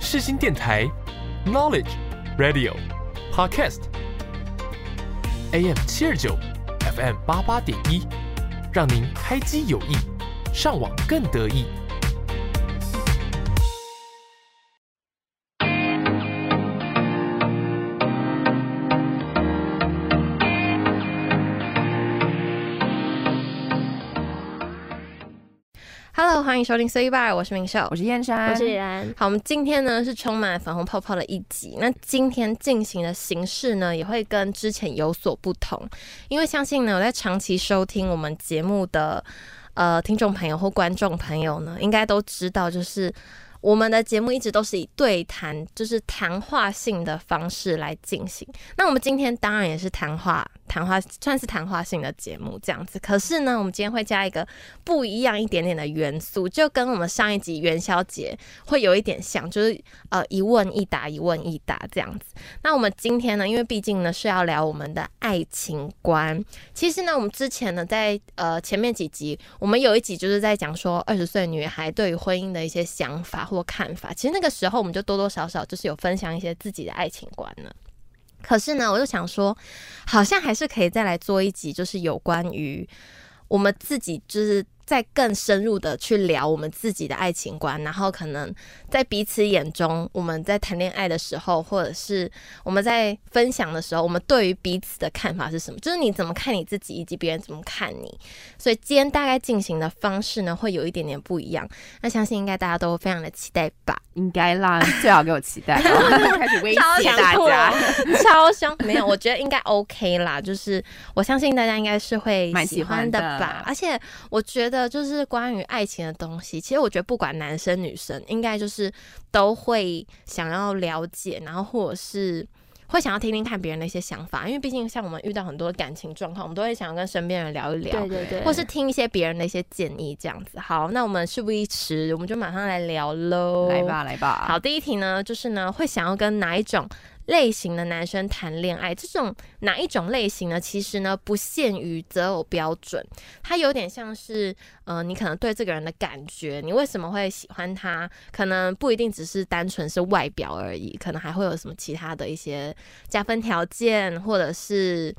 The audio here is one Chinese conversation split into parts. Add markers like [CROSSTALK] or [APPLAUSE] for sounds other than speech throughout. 世新电台 Knowledge Radio Podcast AM 七二九 FM 八八点一，让您开机有益，上网更得意。 Hello，欢迎收听 C Bar，我是明秀，我是燕山，我是李然。好，我们今天呢是充满粉红泡泡的一集。那今天进行的形式呢，也会跟之前有所不同，因为相信呢，有在长期收听我们节目的呃听众朋友或观众朋友呢，应该都知道，就是我们的节目一直都是以对谈，就是谈话性的方式来进行。那我们今天当然也是谈话，谈话算是谈话性的节目这样子。可是呢，我们今天会加一个不一样一点点的元素，就跟我们上一集元宵节会有一点像，就是呃一问一答，一问一答这样子。那我们今天呢，因为毕竟呢是要聊我们的爱情观，其实呢我们之前呢在呃前面几集，我们有一集就是在讲说二十岁女孩对于婚姻的一些想法或看法，其实那个时候我们就多多少少就是有分享一些自己的爱情观呢。可是呢，我就想说，好像还是可以再来做一集，就是有关于我们自己，就是再更深入的去聊我们自己的爱情观，然后可能在彼此眼中，我们在谈恋爱的时候，或者是我们在分享的时候，我们对于彼此的看法是什么？就是你怎么看你自己，以及别人怎么看你。所以今天大概进行的方式呢，会有一点点不一样。那相信应该大家都非常的期待吧。应该啦， [LAUGHS] 最好给我期待，开始威胁大家， [LAUGHS] 超凶，没有，我觉得应该 OK 啦，就是我相信大家应该是会蛮喜喜欢欢的的吧。而且我觉得就是关于爱情的东西，其实我觉得不管男生女生，应该就是都会想要了解，然后或者是。会想要听听看别人的一些想法，因为毕竟像我们遇到很多感情状况，我们都会想要跟身边人聊一聊，对对对，或是听一些别人的一些建议这样子。好，那我们事不宜迟，我们就马上来聊喽。来吧，来吧，哦好，第一题呢，就是呢，会想要跟哪一种类型的男生谈恋爱？这种哪一种类型呢？其实呢，不限于择偶标准，它有点像是，呃，你可能对这个人的感觉，你为什么会喜欢他？可能不一定只是单纯是外表而已，可能还会有什么其他的一些呃加分条件，或者是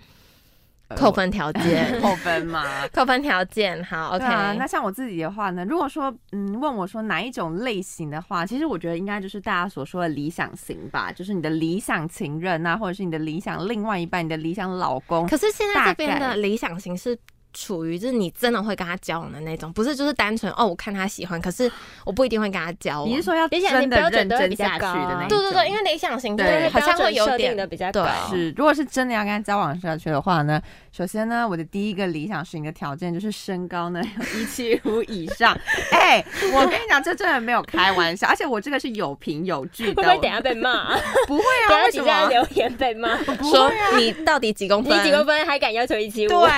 呃扣分条件。扣分嘛。扣分条件，好，OK，、对啊，那像我自己的话呢，如果说嗯问我说哪一种类型的话，其实我觉得应该就是大家所说的理想型吧，就是你的理想情人啊，或者是你的理想另外一半、你的理想老公。可是现在大这边的概理想型是处于就是你真的会跟他交往的那种，不是就是单纯哦，我看他喜欢，可是我不一定会跟他交往。你是说要理想型真的标准认都会真比较下去高的那一对种？对对，因为理想型对对好像会有标准设定点的比较对高，是，如果是真的要跟他交往下去的话呢，首先呢，我的第一个理想型的条件就是身高呢有一七五以 [LAUGHS] 上。哎、我跟你讲，这真的没有开玩笑，而且我这个是有凭有据会 [LAUGHS] 的。不会等下被 [LAUGHS] 骂？不会等啊？下为底什下么？留言被 [LAUGHS] 骂？不说会啊你到底几公你分？几公分还敢要求一七五？对，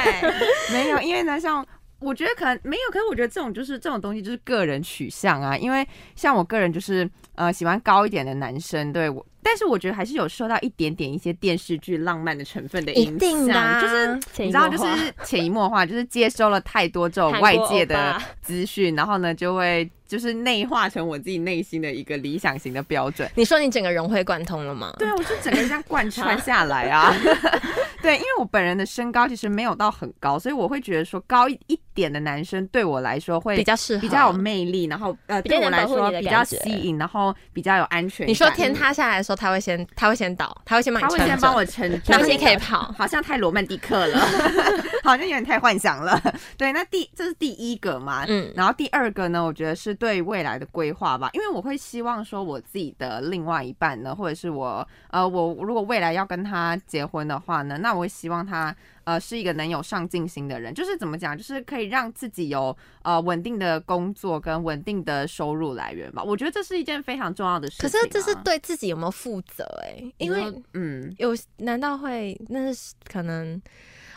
没有，因为呢，像我觉得可能没有，可是我觉得这种就是这种东西就是个人取向啊，因为像我个人就是呃喜欢高一点的男生，对我。但是我觉得还是有受到一点点一些电视剧浪漫的成分的一影定的、响，啊，就是潜你移知道，默化，就是潜移默化，就是接收了太多这种韩国外界欧的巴 [LAUGHS] 资讯，然后呢，就会就是内化成我自己内心的一个理想型的标准。你说你整个融会贯通了吗？对啊，我就整个这样贯穿下来啊。 [LAUGHS] 对，因为我本人的身高其实没有到很高，所以我会觉得说高一一点的男生对我来说会比较适合，比较有魅力，然后呃比较对我能来保护说你的比感较觉吸引，然后比较有安全感。你说天塌下来的时候，他会先他会先倒，他会先帮他你会撑先帮着，我撑住，然后你可以跑。好像太罗曼蒂克了， [LAUGHS] 好像有点太幻想了。 [LAUGHS] 对，那第这是第一个嘛，嗯，然后第二个呢，我觉得是对未来的规划吧，因为我会希望说我自己的另外一半呢，或者是我呃，我如果未来要跟他结婚的话呢，那我会希望他呃是一个能有上进心的人，就是怎么讲，就是可以让自己有呃稳定的工作跟稳定的收入来源吧。我觉得这是一件非常重要的事情可啊、是这是对自己有没有负责、哎，因为你说嗯，有难道会那是可能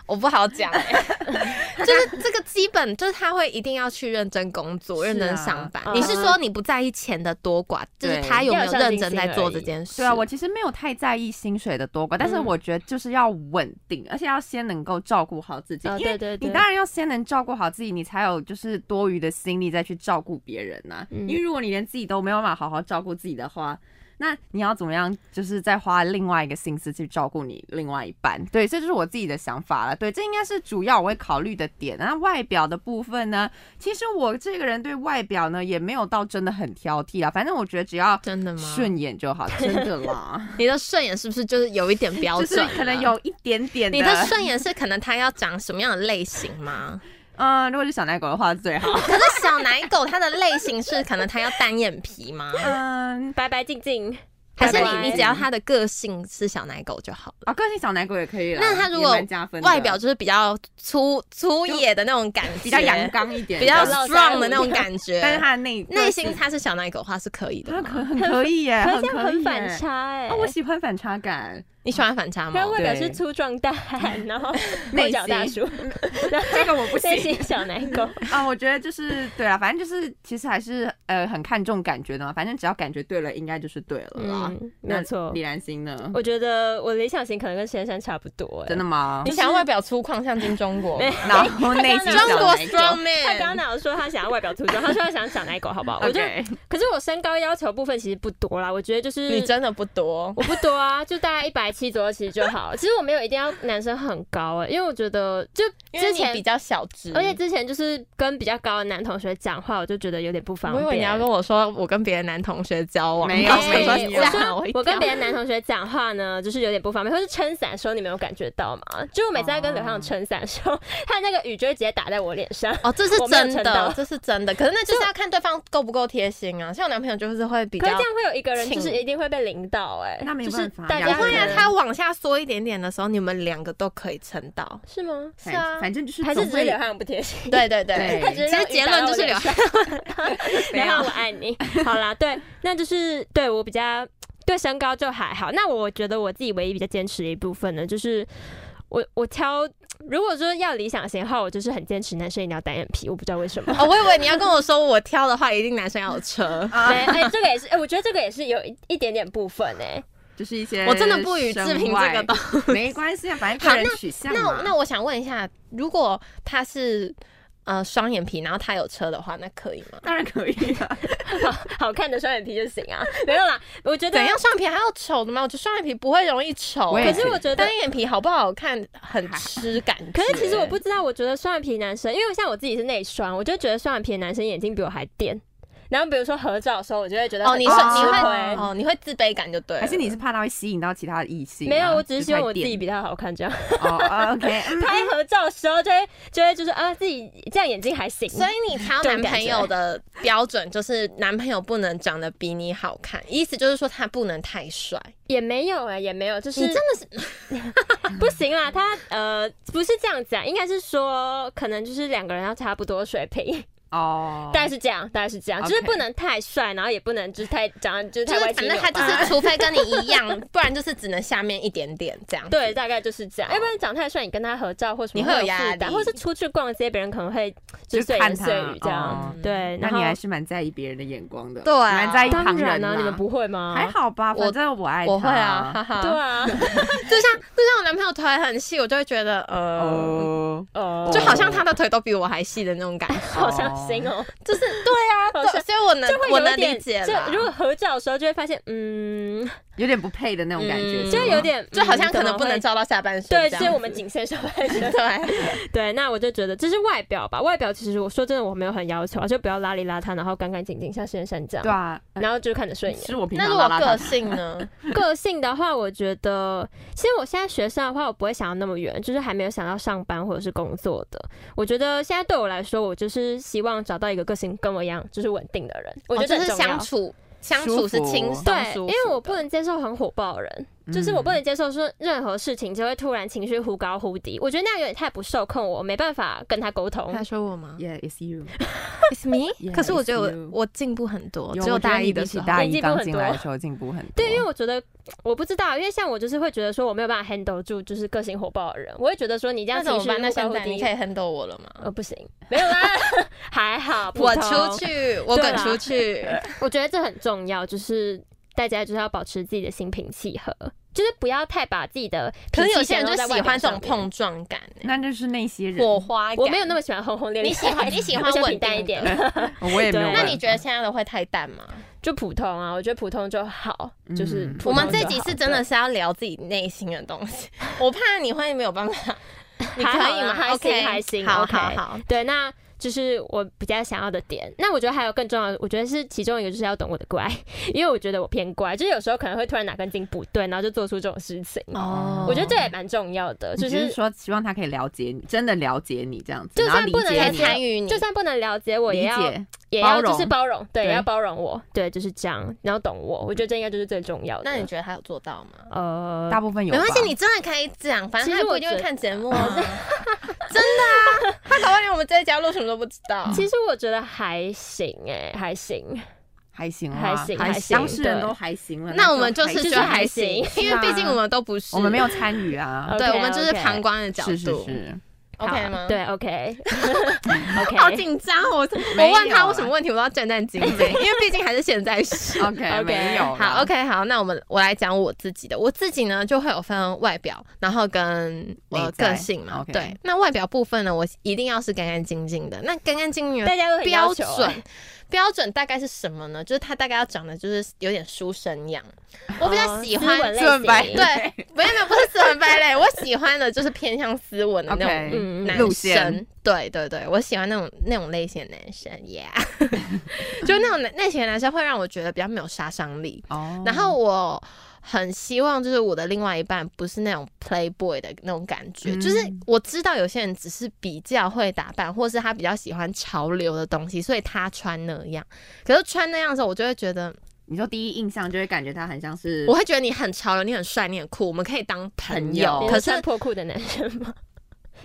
我不好讲、欸， [LAUGHS] 就是这个基本就是他会一定要去认真工作、是啊认真上班。嗯你是说你不在意钱的多寡，就是对他有没要有有认上进真心在而做已这件事？对啊，我其实没有太在意薪水的多寡，但是嗯我觉得就是要稳定，而且要先能够照顾好自己，哦因为对对对你当然要先能照顾好自己，你才有就是多余的心力再去照顾别人呐、嗯因为如果你连自己都没有办法好好照顾自己的话，那你要怎么样，就是再花另外一个心思去照顾你另外一半？对，这就是我自己的想法了。对，这应该是主要我会考虑的点。那外表的部分呢，其实我这个人对外表呢也没有到真的很挑剔啊，反正我觉得只要真的吗？顺眼就好，真的啦， [LAUGHS] 你的顺眼是不是就是有一点标就准是了？可能有一点点啊你的顺眼是可能他要长什么样的类型吗？ [LAUGHS] 嗯、如果是小奶狗的话最好。可是小奶狗它的类型是可能它要单眼皮吗？嗯，白白净净，还是拜拜你你只要它的个性是小奶狗就好了？啊，个性小奶狗也可以啦。那他如也果蛮加分的，外表就是比较粗粗野的那种感觉，比较阳，刚一点，比较比较 strong 的那种感 [LAUGHS] 但是觉。他的内内心他是小奶狗的话是可以的他吗，可很可以耶，很可是这样可以啊很耶反差哎、啊，我喜欢反差感，你喜欢反差不吗然？外表是对粗壮大汉，然 [LAUGHS] 后内后脚大叔， [LAUGHS] 这个我 [LAUGHS] 不内行心小奶狗，啊。我觉得就是对啊，反正就是其实还是呃很看重感觉的嘛，反正只要感觉对了，应该就是对了啦。 [LAUGHS] 嗯，没那有错李。兰心呢？我觉得我理想型可能跟先生差不多哎、真的吗你？想要外表粗犷像金钟 [LAUGHS] 国吗，然后内心中国小 strong 奶狗。他刚刚 man，哪有说他想要外表粗壮，他说他想小奶狗，好不好？我 [LAUGHS] 觉得， OK，可是我身高要求部分其实不多啦，我觉得就是你真的不多。 [LAUGHS] 我不多啊，就大概一百七左右其实就好。其实我没有一定要男生很高哎、因为我觉得就因为之你前比较小只，而且之前就是跟比较高的男同学讲话，我就觉得有点不方我便。以为你要跟我说我跟别的男同学交往，没有然后没我有哎想你说我啊吓我说一我跟跳别的男同学讲话呢，就是有点不方便，或是撑伞的时候，你没有感觉到吗？就是我每次在跟刘畅撑伞的时候，他那个雨就会直接打在我脸上。哦，这是我没有真撑到的，这是真的。可是那就是要看对方够不够贴心啊。像我男朋友就是会比可是较这，样会有一个人就是请一定会被领导哎、那没就是办法大这家样不会啊可，能他往下缩一点点的时候，你们两个都可以撑到。是吗？是啊反反正就是还是总只是会刘汉不贴心？对对对对，他只是哎其实让雨结打论到就我是脸刘上 [LAUGHS] 然后我爱你。好啦，对，那就是对我比较对身高就还好。那我觉得我自己唯一比较坚持的一部分呢，就是我我挑，如果说要理想型的话，我就是很坚持男生一定要单眼皮，我不知道为什么。 [LAUGHS] 哦，我以为你要跟我说我挑的话，一定男生要有车。对，哎、这个也是，哎、我觉得这个也是有一一点点部分哎、就是一些我真的不予置评这个东西，没关系啊，反正个人取向那嘛。我那我想问一下，如果他是呃双眼皮，然后他有车的话，那可以吗？当然可以啊，好看的双眼皮就行啊，没有啦，我觉得怎样双眼皮还要丑的吗？我觉得双眼皮不会容易丑、我也可可是啊是我觉得单眼皮好不好看很吃感觉。可是其实我不知道，我觉得双眼皮男生，因为像我自己是内双，我就觉得双眼皮男生眼睛比我还垫。然后比如说合照的时候，我就会觉得哦，很你说你吃会亏哦，你会自卑感就对了。还是你是怕它会吸引到其他的异性啊？没有，我只是希望我自己就比他好看这样。是太电哦。哦 OK，嗯 [LAUGHS] 拍合照的时候就会就会就是啊，自己这样眼睛还行。所以你挑这男种感朋觉友的标准就是男朋友不能长得比你好看，意思就是说他不能太帅。也没有哎、也没有，就是你真的是 [LAUGHS] 不行啦。他呃不是这样子啊，应该是说可能就是两个人要差不多水平，哦，大概是这样，大概是这样， OK 就是不能太帅，然后也不能就是太长得就是就太是歪反七正扭他就八啊是，除非跟你一样，不然就是只能下面一点点这样。对，大概就是这样。要不然长太帅，你跟他合照或什么你会有有压负担力或是出去逛街，别人可能会就是就碎看言他碎语这哦样。对，嗯那然你后还是蛮在意别人的眼光的，对啊蛮在意旁当人然啊啊，你们不会吗？还好吧？我反正我爱他，我会啊，，哈哈。 [LAUGHS] 对 [LAUGHS] 啊，就像就像我男朋友腿很细，我就会觉得呃，哦，哦就好像他的腿都比我还细的那种感觉。 [LAUGHS] 好伤心 [LAUGHS] 哦，就是对啊，好像对所以我能哦就会我有能一点理解就啦如果合照的时候，就会发现，嗯，有点不配的那种感觉，嗯是就吗有点，就好像嗯可能不能。照到下半身怎这么样会子。对，是我们仅限上 [LAUGHS] 半身。对，对，那我就觉得这是外表吧，外表其实我说真的我没有很要求啊，就不要邋里邋遢，然后干干净净，像先生这样。对啊，呃然后就看着顺眼。是我平那常如果邋邋遢个遢性呢？个性的话，我觉得，其实我现在学生的话，我不会想要那么远，就是还没有想到上班或者是工作的。我觉得现在对我来说，我就是希望找到一个个性跟我一样，就是稳定的人。我觉哦得这就很是重要相处相处是轻松对，舒服因的嗯为我不能接受很火爆的人，嗯就是我不能接受说任何事情就会突然情绪忽高忽低，我觉得那样有点太不受控，我没办法跟他沟通。他说我吗 Yeah，it's you。 ？It's me。 Yeah, 可是我觉得 it's you 我我进步很哦多，有只有我觉得大你一的比起时候。大年一纪刚不很进来的多时候进步很多。对，因为我觉得我不知道，因为像我就是会觉得说我没有办法 handle 住，就是个性火爆的人，我会觉得说你这样那情怎么绪办？那忽高现忽在低你可以 handle 我了吗？呃，不行， [LAUGHS] 没有啦，还好。普我通出， [LAUGHS] 去，我对滚啦出去。我觉得这很重要，就是大家就是要保持自己的心平气和。就是不要太把自己的可脾能有气些显人露就在喜外表欢这种上面。碰撞感、欸，那就是那些人，火哦花感。我没有那么喜欢轰轰烈烈，你喜 [LAUGHS] 欢你喜欢 [LAUGHS] 我就稳平淡一定点的，我也没有对办那法。你觉得现在的会太淡吗？ [LAUGHS] 就普通啊，我觉得普通就好，就是嗯普我通们这就集好是真的是要聊自己内心的东 [LAUGHS] 西，我怕你会没有办法。你可还好以啦吗？还 OK，行还行好 OK 好好。对，那就是我比较想要的点。那我觉得还有更重要的，我觉得是其中一个就是要懂我的乖， [LAUGHS] 因为我觉得我偏乖，就是有时候可能会突然哪根筋不对，然后就做出这种事情。哦我觉得这也蛮重要的，你就只是是说希望他可以了解你，真的了解你这样子，就然后算理不能解来你参与你，就算不能了解我，也理要解。也包要就是容包容，对，也对要包容我，嗯对，就是这样，然后懂我，我觉得这应该就是最重要的。那你觉得他有做到吗？呃，大部分有没吧，关系，你真的可以讲，反正其他实也不我一定会觉得看节目 [LAUGHS] 啊，真的啊，他搞不好连我们这一家录什么都不知道。其实我觉得还行哎、还行，还行啊，还行还行当事人对都还行了，那我们就就是就觉是得还还行行，因为毕竟我们都不是，我们没有参与啊，对， OK，我们就是 OK 旁观的角是是度是， [LAUGHS] ，OK 好吗？，对，OK，OK，、OK 好紧张 [LAUGHS] 哦，我没我有问他啊我什么问题，我都要战战 [LAUGHS] 兢兢，因为毕竟还是现在时。 OK 没有啦好，OK，好，那我们我来讲我自己的，我自己呢就会有分外表，然后跟我内个在性嘛。 OK 对，那外表部分呢，我一定要是干干净净的。那干干净净的大家都很标要求准欸，标准大概是什么呢？就是他大概要长得就是有点书生样，我比较哦喜斯欢。文类顺白型对，没有没有，不是斯文败类，我喜欢的就是偏向斯文的那种 OK，嗯男路生线，对对对，我喜欢那种那种类型的男生，Yeah，就那种男类型的男生会让我觉得比较没有杀伤力。哦然后我很希望就是我的另外一半不是那种 playboy 的那种感觉，嗯就是我知道有些人只是比较会打扮，或是他比较喜欢潮流的东西，所以他穿那样。可是穿那样的时候，我就会觉得，你说第一印象就会感觉他很像是我会觉得你很潮流，你很帅，你很酷，我们可以当朋朋友友。你可是是穿破裤的男生吗？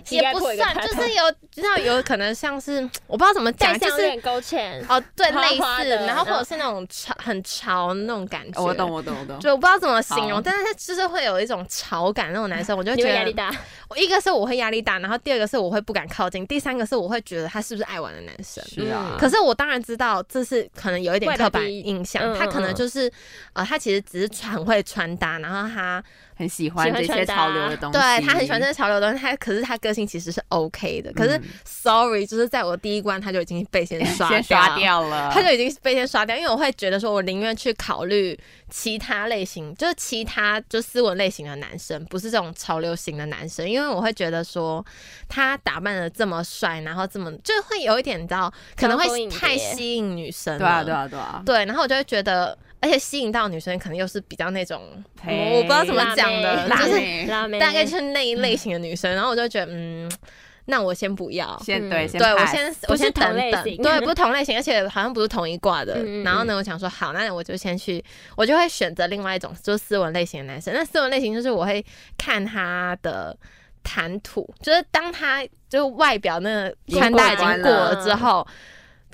膝哦也盖不破一个算，开就头是有，知道有可能像是我不知道怎么戴 [LAUGHS] 讲，就项是链勾芡，哦，对，花类花似，的然后或者是那种潮很潮那种感觉。哦我懂，我懂我懂，就我不知道怎么形容好，但是他就是会有一种潮感，那种男生我就你觉会压力得，大，我一个是我会压力大，然后第二个是我会不敢靠近，第三个是我会觉得他是不是爱玩的男生。是啊，嗯可是我当然知道，这是可能有一点外表刻板第一印象，嗯他可嗯能嗯就是，呃，他其实只是很会穿搭，然后他很喜欢这喜欢些穿搭潮流的东西，对他很喜欢这些潮流的东西，他可是他个性其实是 OK 的，可是、嗯 sorry，就是在我第一关他就已经被 [LAUGHS] 先刷先刷掉了，他就已经被先刷掉，因为我会觉得说，我宁愿去考虑其他类型，就是其他就斯文类型的男生，不是这种潮流型的男生，因为我会觉得说，他打扮的这么帅，然后这么就会有一点，你知道，可能招蜂会引蝶太吸引女生了，对啊对啊对啊，对，然后我就会觉得，而且吸引到女生可能又是比较那种，嘿 [LAUGHS] 我不知道怎么辣讲妹的，辣就是妹辣妹大概就是那一类型的女生，然后我就觉得，嗯，那我先不要。先嗯对先对，我 pass 先不我是先同等类等，型 [LAUGHS] 对，不是同类型，而且好像不是同一挂的。嗯嗯然后呢，我想说，好，那我就先去，我就会选择另外一种，就是斯文类型的男生。那斯文类型就是我会看他的谈吐，就是当他就是外表那个穿搭已经过了嗯之后，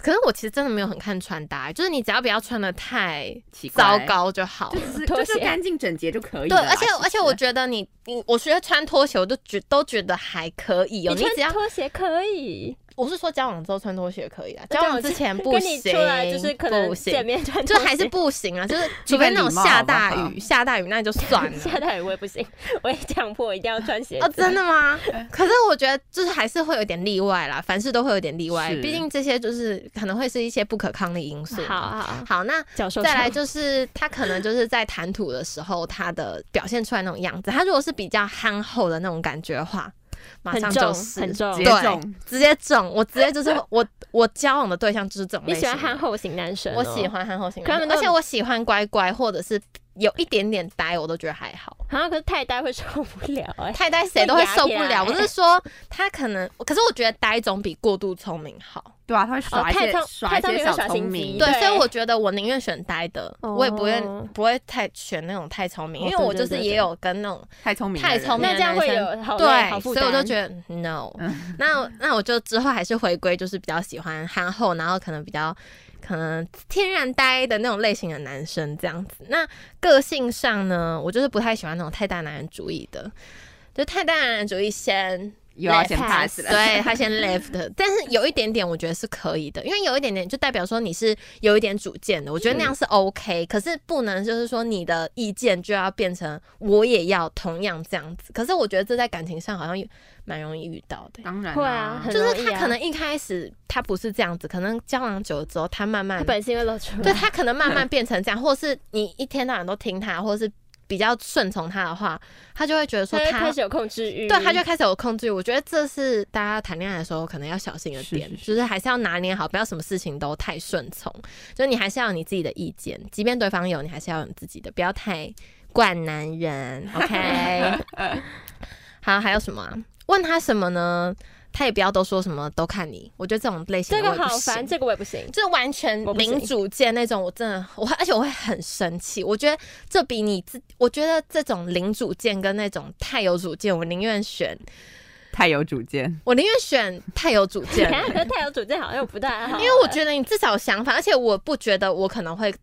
可是我其实真的没有很看穿搭，就是你只要不要穿的太奇怪糟，糕就好了就。只是拖就鞋是干净整洁就可以对，了啦而且其实而且我觉得你你，我觉得穿拖鞋我都觉都觉得还可以哦。你你只要穿拖鞋可以，我是说交往之后穿拖鞋可以啊，那交这往样之子前不跟你行，出来就是可能不见行，面穿拖就鞋，还是不行啊，就是除一个非那种礼貌下好不大好雨，下大雨那就算 [LAUGHS] 了。下大雨我也不行，我也强迫一定要穿鞋哦，子。真的吗？可是我觉得就是还是会有点例外啦，凡事都会有点例外，是毕竟这些就是可能会是一些不可抗力因素嘛。好啊好，好，那教授再来就是 [LAUGHS] 他可能就是在谈吐的时候，他的表现出来那种样子。他如果是比较憨厚的那种感觉的话，马很上就重是很重直接对中，直接中，我直接就是 [LAUGHS] 我我交往的对象就是这种你类喜型的。欢憨厚型男生哦？我喜欢憨厚型可他们人，都而且我喜欢乖乖或者是有一点点呆，我都觉得还好。啊，可是太呆会受不了哎。太呆谁都会受不会压了。起我来是说他可能，可是我觉得呆总比过度聪明好。对啊，他会耍一太些聪耍太一聪明些会小耍聪心机明，对，对所以我觉得我宁愿选呆的，哦我也不愿不会太选那种太聪明，哦因为对我就对是对也对有跟那种太聪明的太人，聪明 [LAUGHS] 那的这样会男生有好累好对，负所担，以我就觉得 no。嗯那那我就之后还是回归，就是比较喜欢憨厚，然后可能比较可能天然呆的那种类型的男生这样子。那个性上呢，我就是不太喜欢那种太大男人主义的，就太大男人主义先又要先 pass 了。对他先 [LAUGHS] left，但是有一点点我觉得是可以的，因为有一点点就代表说你是有一点主见的，我觉得那样是嗯 OK，、可是不能就是说你的意见就要变成我也要同样这样子，可是我觉得这在感情上好像也蛮容易遇到的、当然会啦啊，很就是容易他啊可能一开始他不是这样子，可能交往久了之后他慢慢他嗯本性会露出来。对他可能慢慢变成这 [LAUGHS] 样，或是你一天到晚都听他，或是比较顺从他的话，他就会觉得说他会他开始有控制欲，对，他就开始有控制欲。我觉得这是大家谈恋爱的时候可能要小心的是点，是是就是还是要拿捏好，不要什么事情都太顺从。就是你还是要有你自己的意见，即便对方有，你还是要有你自己的，不要太惯男 [LAUGHS] 人。OK，好，还有什么、啊？问他什么呢？他也不要都说什么都看你。我觉得这种类型这的我个也不好行烦，这个我也 [LAUGHS] 不行。就是完全我不行零主见那种，我真的我，而且我会很生气。我觉得这比你自，我觉得这种零主见跟那种太有主见，我宁愿选，太有主见，我宁愿选太有主见 [LAUGHS] 等，下和太有主见好像又不太好，因为我觉得你至少有想法，而且我不觉得我可能会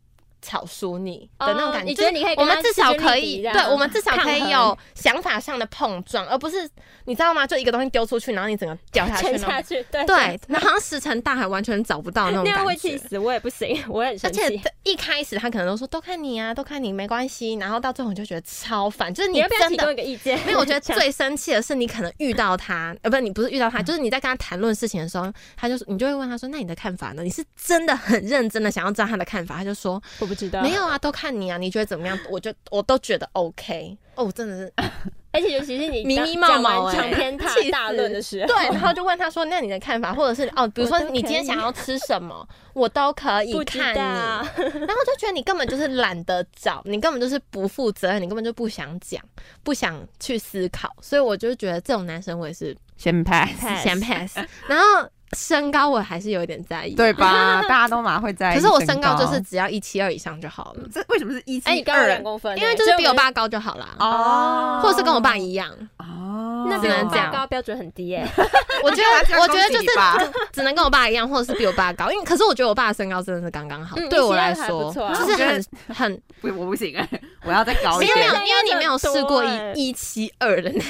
吵输你的那种感哦你觉就得是你可以我跟他们至少可势均力以，敌这样对我们至少可抗以衡有想法上的碰撞，而不是你知道吗？就一个东西丢出去，然后你整个掉 [LAUGHS] 下去沉那种下。去，对对，那好像石沉大海，完全找不到那种那感觉。样会气死我也不行，我也很而生且气。一开始他可能都说都看你啊，都看你没关系，然后到最后你就觉得超烦，就是你要不要真提供的一。个意见？没有，我觉得 [LAUGHS] 这样最生气的是你可能遇到他，呃，不是你不是遇到他，就是你嗯在跟他谈论事情的时候，他就你就会问他说，那你的看法呢？你是真的很认真的想要知道他的看法，他就说我不知道，没有啊，都看你啊，你觉得怎么样？我就我都觉得 OK，哦，我真的 [LAUGHS] 是而且尤其是你迷讲迷冒冒讲完欸长篇大气死大论的时候， [LAUGHS] 对，然后就问他说，那你的看法，或者是哦，比如说我都你今天可以想要吃什么，我都可以不知看你哎道，，然后我就觉得你根本就是懒得找，你根本就是不负责任，你根本就不想讲，不想去思考，所以我就觉得这种男生我也是先 pass， Pass 先 pass。然后身高我还是有一点在意， [LAUGHS] [LAUGHS] 对吧？大家都蛮会在意。可是我身高就是只要一七二以上就好了，这为什么是一哎，七你高我二两？公分欸，因为就是比我所以爸高就好啦。哦，或者是跟我爸一 [LAUGHS] 样，哦我们，那只比能我这样爸高标准很低欸 [LAUGHS] [LAUGHS] 耶，我觉那他得我觉得恭喜就你是爸 [LAUGHS] 只能跟我爸一样，或者是比我爸高。因为可是我觉得我爸的身高真的是刚刚好，嗯对我172来还说不错啊就是很很 [LAUGHS] 不，我不行，啊 [LAUGHS] 我要再高一没有，因为点。因为你没有试过真的很多欸一一七二的那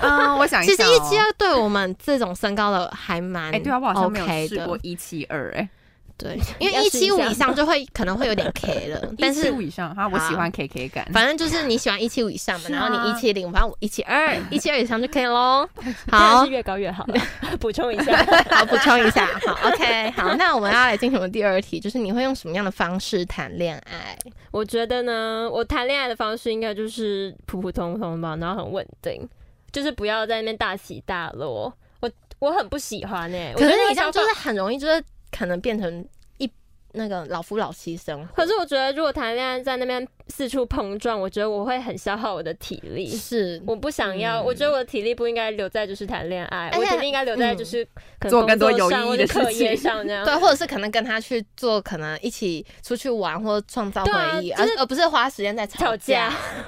嗯，我想一其实下哦一七，二对我们这种身高的还蛮哎，对啊，我好像没 OK 有试过的，一七二，哎，对，因为要一试一七五下以上就会可能会 [LAUGHS] 有点 K 了，但一七是五以上哈，我喜欢 KK 感。反正就是你喜欢一七五以上嘛，是然啊后你一七零，反正我一七 [LAUGHS] 二，一七二以上就可以 [LAUGHS] 喽。当然好是，越高越好了。 [LAUGHS] 补充一下， [LAUGHS] 好补充一下，好 OK，好， [LAUGHS] 那我们要来进行我们第二题，就是你会用什么样的方式谈恋爱？我觉得呢，我谈恋爱的方式应该就是普普通通吧，然后很稳定，就是不要在那边大起大落。我我很不喜欢哎、我可是觉得你这样消就防是很容易就是可能变成一那个老夫老妻生活，可是我觉得，如果谈恋爱在那边四处碰撞，我觉得我会很消耗我的体力。是我不想要，嗯我觉得我的体力不应该留在就是谈恋爱，而且嗯我体力应该留在就是可能做更多工作上有意义的或者课事情业上这样。对，或者是可能跟他去做，可能一起出去玩或创造对啊回忆，就而是而不是花时间在吵吵架， [LAUGHS]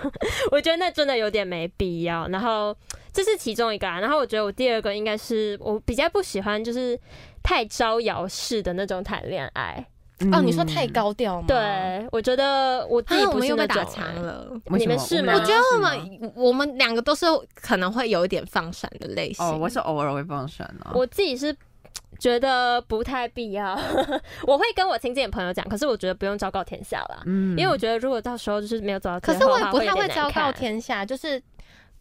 我觉得那真的有点没必要。然后这是其中一个啊，然后我觉得我第二个应该是我比较不喜欢就是太招摇式的那种谈恋爱。哦，嗯你说太高调吗？啊，对，我觉得我啊自己我不们是又那被种打欸、墙了。为什么，你们是吗我我觉觉得我们我们两个都是可能会有一点放闪的类型。哦，我是偶尔会放闪啊。我自己是觉得不太必要， [LAUGHS] 我会跟我亲近的朋友讲，可是我觉得不用昭告天下啦。嗯因为我觉得，如果到时候就是没有走到可最是后我的也话，不太会有会点昭难告看。天下，就是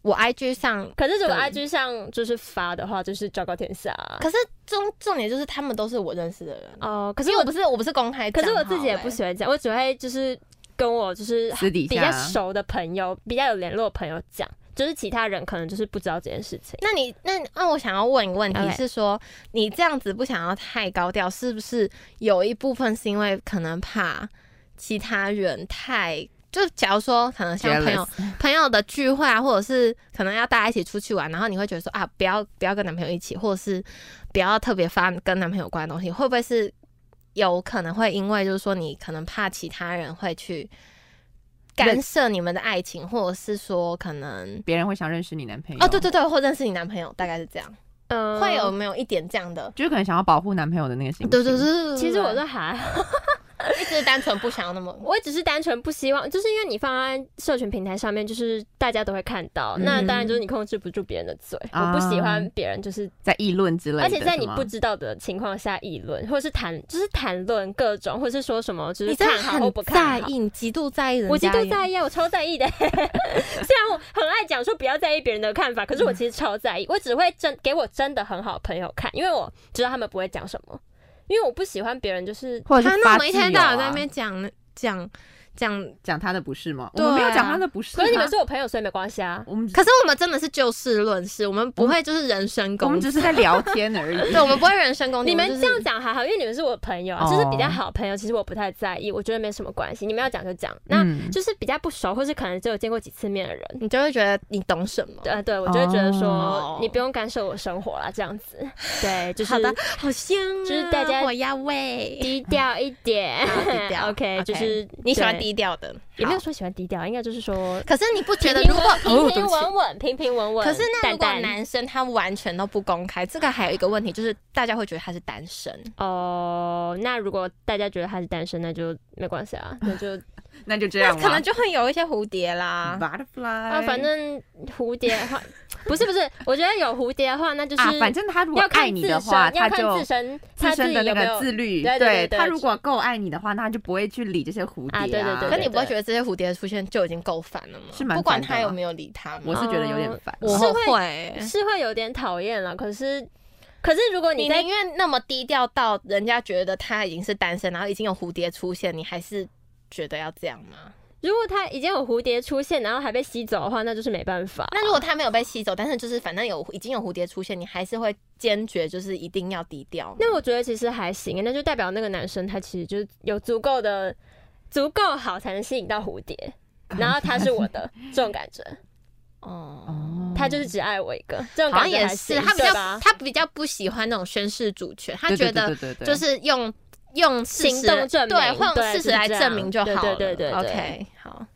我 IG 上，可是如果对 IG 上就是发的话，就是昭告天下啊。可是重重点就是他们都是我认识的人。哦，可可是是我我不是我不是公开可账号欸，是我自己也不喜欢讲，我只会就是跟我就是私底比较下熟的朋友、比较有联络的朋友讲，就是其他人可能就是不知道这件事 [LAUGHS] 情。那你那那我想要问一个问题 OK 是说，你这样子不想要太高调，是不是有一部分是因为可能怕其他人太？就假如说，可能像朋友 Jealous 朋友的聚会啊，或者是可能要大家一起出去玩，然后你会觉得说啊，不要不要跟男朋友一起，或者是不要特别发跟男朋友有关的东西，会不会是有可能会因为就是说你可能怕其他人会去干涉你们的爱情，或者是说可能别人会想认识你男朋友哦，对，对对，或认识你男朋友，大概是这样。嗯会有没有一点这样的？嗯就是可能想要保护男朋友的那个心情。嗯对对对对对对其实我是还你只是单纯不想要那么我只是单纯不希望，就是因为你放在社群平台上面，就是大家都会看到。嗯那当然就是你控制不住别人的嘴，啊我不喜欢别人就是，在议论之类的，而且在你是吗不知道的情况下议论，或者是谈，就是谈论各种，或者是说什么，就是你真看的好或很不在看好。意，你极度在意人家，我极度在意啊，我超在意的。 [LAUGHS] 虽然我很爱讲说不要在意别人的看法，可嗯是我其实超在意。我只会真给我真的很好的朋友看，因为我知道他们不会讲什么，因为我不喜欢别人就是或者他是那我发们一自天由到晚啊在那边讲讲讲，讲他的不是吗？我对啊们没有讲他的不是啊，可是你们是我朋友，所以没关系啊。我们只可是我们真的是就事论事，我们不会嗯就是人身我攻们击，只是在聊天 [LAUGHS] 而已。对，哦我们不会人身攻击。你们我就是这样讲还好，因为你们是我的朋友啊，哦就是比较好的朋友，其实我不太在意，我觉得没什么关系。你们要讲就讲，那嗯，就是比较不熟，或是可能只有见过几次面的人。你就会觉得你懂什么？呃，对，我就会觉得哦说你不用干涉我生活啦，这样 [LAUGHS] 子，对，就是好的，好香、啊，就是大家火药 [LAUGHS] 味。低调一点好低调 OK， OK 就是你喜欢对低调的，也没有好。说喜欢低调，应该就是说可是你不觉平得平如果稳哦平对平不起稳稳，平平稳稳。可是那如果淡淡男生他完全都不公开，这个还有一个问题就是大家会觉得他是单身，哦，那如果大家觉得他是单身，那就没关系啊，那 [LAUGHS] 就那就这那样吧，啊可能就会有一些蝴蝶啦。 butterfly 啊，反正蝴 [LAUGHS] 蝶的话，不是不是，我觉得有蝴蝶的话，那就是、啊，反正他如果要看爱你自的身，话，要他看就自身自他身己的那有没有个自律，对对对对他如果够爱你的话，那他就不会去理这些蝴啊蝶对对对可对你不会觉得这些蝴蝶的出现就已经够烦了吗？是蛮烦的啊不管他有没有理他我吗？是觉得有点烦。我是哦是会会是会有点讨厌了。可是可是如果你在宁愿那么低调到人家觉得他已经是单身，然后已经有蝴蝶出现，你还是觉得要这样吗？如果他已经有蝴蝶出现，然后还被吸走的话，那就是没办法。那如果他没有被吸走，但是就是反正有已经有蝴蝶出现，你还是会坚决就是一定要低调吗。那我觉得其实还行，欸那就代表那个男生他其实就是有足够的足够好才能吸引到蝴蝶，然后他是我的这种感觉，哦。哦他就是只爱我一个，这种好像感觉也还是，行他比较对吧他比较不喜欢那种宣誓主权，他对觉对得对对对对就是用用事实行动证明对，或用对事实就是来这样证明就好对了。对对对对 OK，好。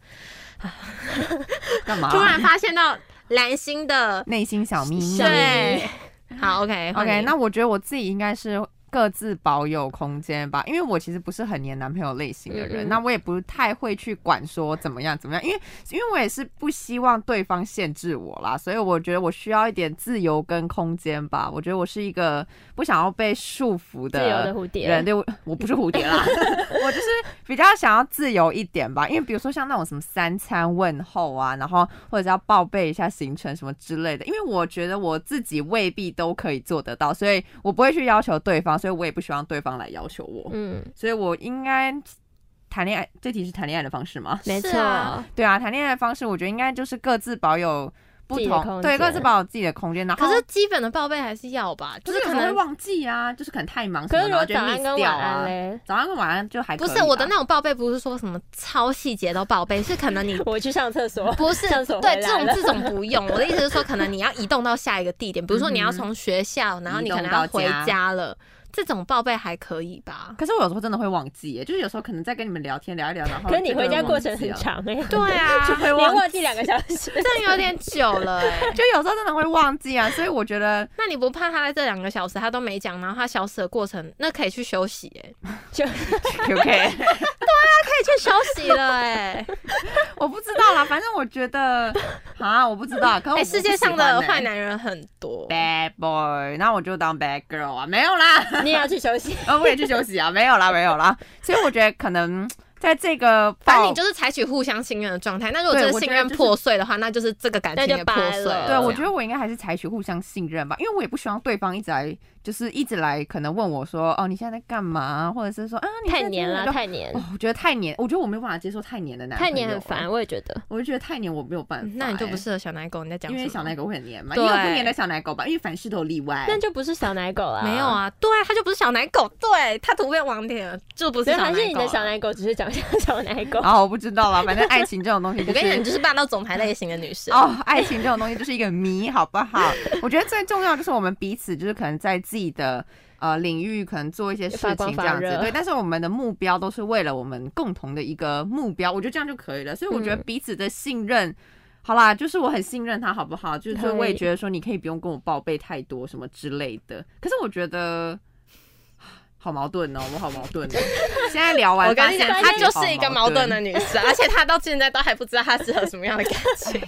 干嘛？突然发现到蓝心的内心小秘密。对， [LAUGHS] 好 OK 换 OK，你那我觉得我自己应该是各自保有空间吧，因为我其实不是很黏男朋友类型的人，嗯嗯那我也不太会去管说怎么样怎么样，因为因为我也是不希望对方限制我啦，所以我觉得我需要一点自由跟空间吧。我觉得我是一个不想要被束缚自的由的蝴蝶，人对我，我不是蝴蝶 [LAUGHS] 啦，我就是比较想要自由一点吧。因为比如说像那种什么三餐问候啊，然后或者是要报备一下行程什么之类的，因为我觉得我自己未必都可以做得到，所以我不会去要求对方，所以我也不希望对方来要求我，嗯，所以我应该。谈恋爱，这题是谈恋爱的方式吗？ [LAUGHS] 没是错，啊对啊，谈恋爱的方式，我觉得应该就是各自保有不自己的同，空对，间各自保有自己的空间。然后可是基本的报备还是要吧，就就是是可可能会能忘记啊，就是可能太忙什可么，是如然果后就早安 miss 跟掉晚啊安。嘞，早上跟晚安就还可不以是我的吧那种报备，不是说什么超细节都报备，是可能你。。我去上厕所 [LAUGHS] 不是上手回对来这种了这种不用，我的意思是说，可能你要移动到下一个地点，比如说你要嗯哼从学校，然后你移可动能要到回家家了，这种报备还可以吧？可是我有时候真的会忘记耶，就是有时候可能在跟你们聊天聊一聊，然后可是你就会回家忘过程很记了，长哎、欸，对 [LAUGHS] 啊，就会连忘，忘记两个小时。 [LAUGHS] 这有点久了哎、就有时候真的会忘记啊。所以我觉得那你不怕他在这两个小时他都没讲，然后他消失的过程，那可以去休息哎、就 OK，可以去休息了哎、 [LAUGHS] 我不知道啦，反正我觉得啊，我不欸知道。可哎、我世界上的坏男男人很多。 bad boy，那我就当 bad girl 啊，没有啦。 [LAUGHS] 你也要去休息。啊，我也去休息啊，没有啦，没有啦。所以我觉得可能在这个反正报你就是采取互相信任的状态。那如果哦对这个我觉信得任就是破碎的话，那就是这个感情那就也破掰碎了了。对，我这觉样得我应该还是采取互相信任吧，因为我也不希望对方一直来，就是一直来，可能问我说，哦，你现在在干嘛？或者是说，啊，你太现在黏真的 [LAUGHS] 了，都太黏哦，，我觉得太黏，我觉得我没有办法接受太黏的男，太黏很烦，，我也觉得。我就觉得太黏我没有办法、嗯那你就不欸。适合小奶狗，你在讲因什为么小奶狗会很黏嘛，对因为不黏的小奶狗吧，因为凡事都有例外。那就不是小奶狗啦，没有，啊，对，他就不是小奶狗，对他图片网点就不是所以小奶还狗。啊是你的小。奶狗只是长相小奶狗。哦，我不知道啦，反正爱情这种东西、就是， [LAUGHS] 我跟你讲，你就是霸道总裁类型的女生。哦，爱情这种东西就是一个谜，好 [LAUGHS] 不好？我觉得最重要就是我们彼此就是可能在自己的呃领域可能做一些事发光情这发样子，热对。但是我们的目标都是为了我们共同的一个目标，我觉得这样就可以了。所以我觉得嗯彼此的信任。好啦，就是我很信任他，好不好？就是说，可以我也觉得说，你可以不用跟我报备太 [LAUGHS] 多什么之类的。可是我觉得好矛盾哦，我好矛盾哦。现在聊完，我跟你讲，发现她自己就是好一个矛矛盾的。女 [LAUGHS] 生，而且她到现在都还不知道她适合什么样的感情。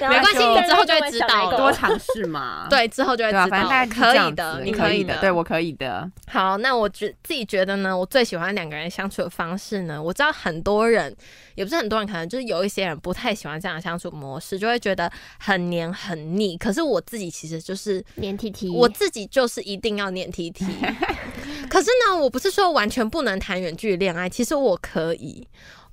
然后没关系，就你之后就会知道对多了。尝试嘛，对，之后就会对知啊，道反正大了。概就是可这以样的，子你可以的。对我可以的，好，那我觉自己觉得呢，我最喜欢两个人相处的方式呢。我知道很多人，也不是很多人，可能就是有一些人不太喜欢这样的相处模式，就会觉得很黏很腻。可是我自己其实就是。 [LAUGHS] 黏 T T，我自己就是一定要黏 T [LAUGHS] T，可是呢，我不是说完全不能谈远距离恋爱，其实我可以，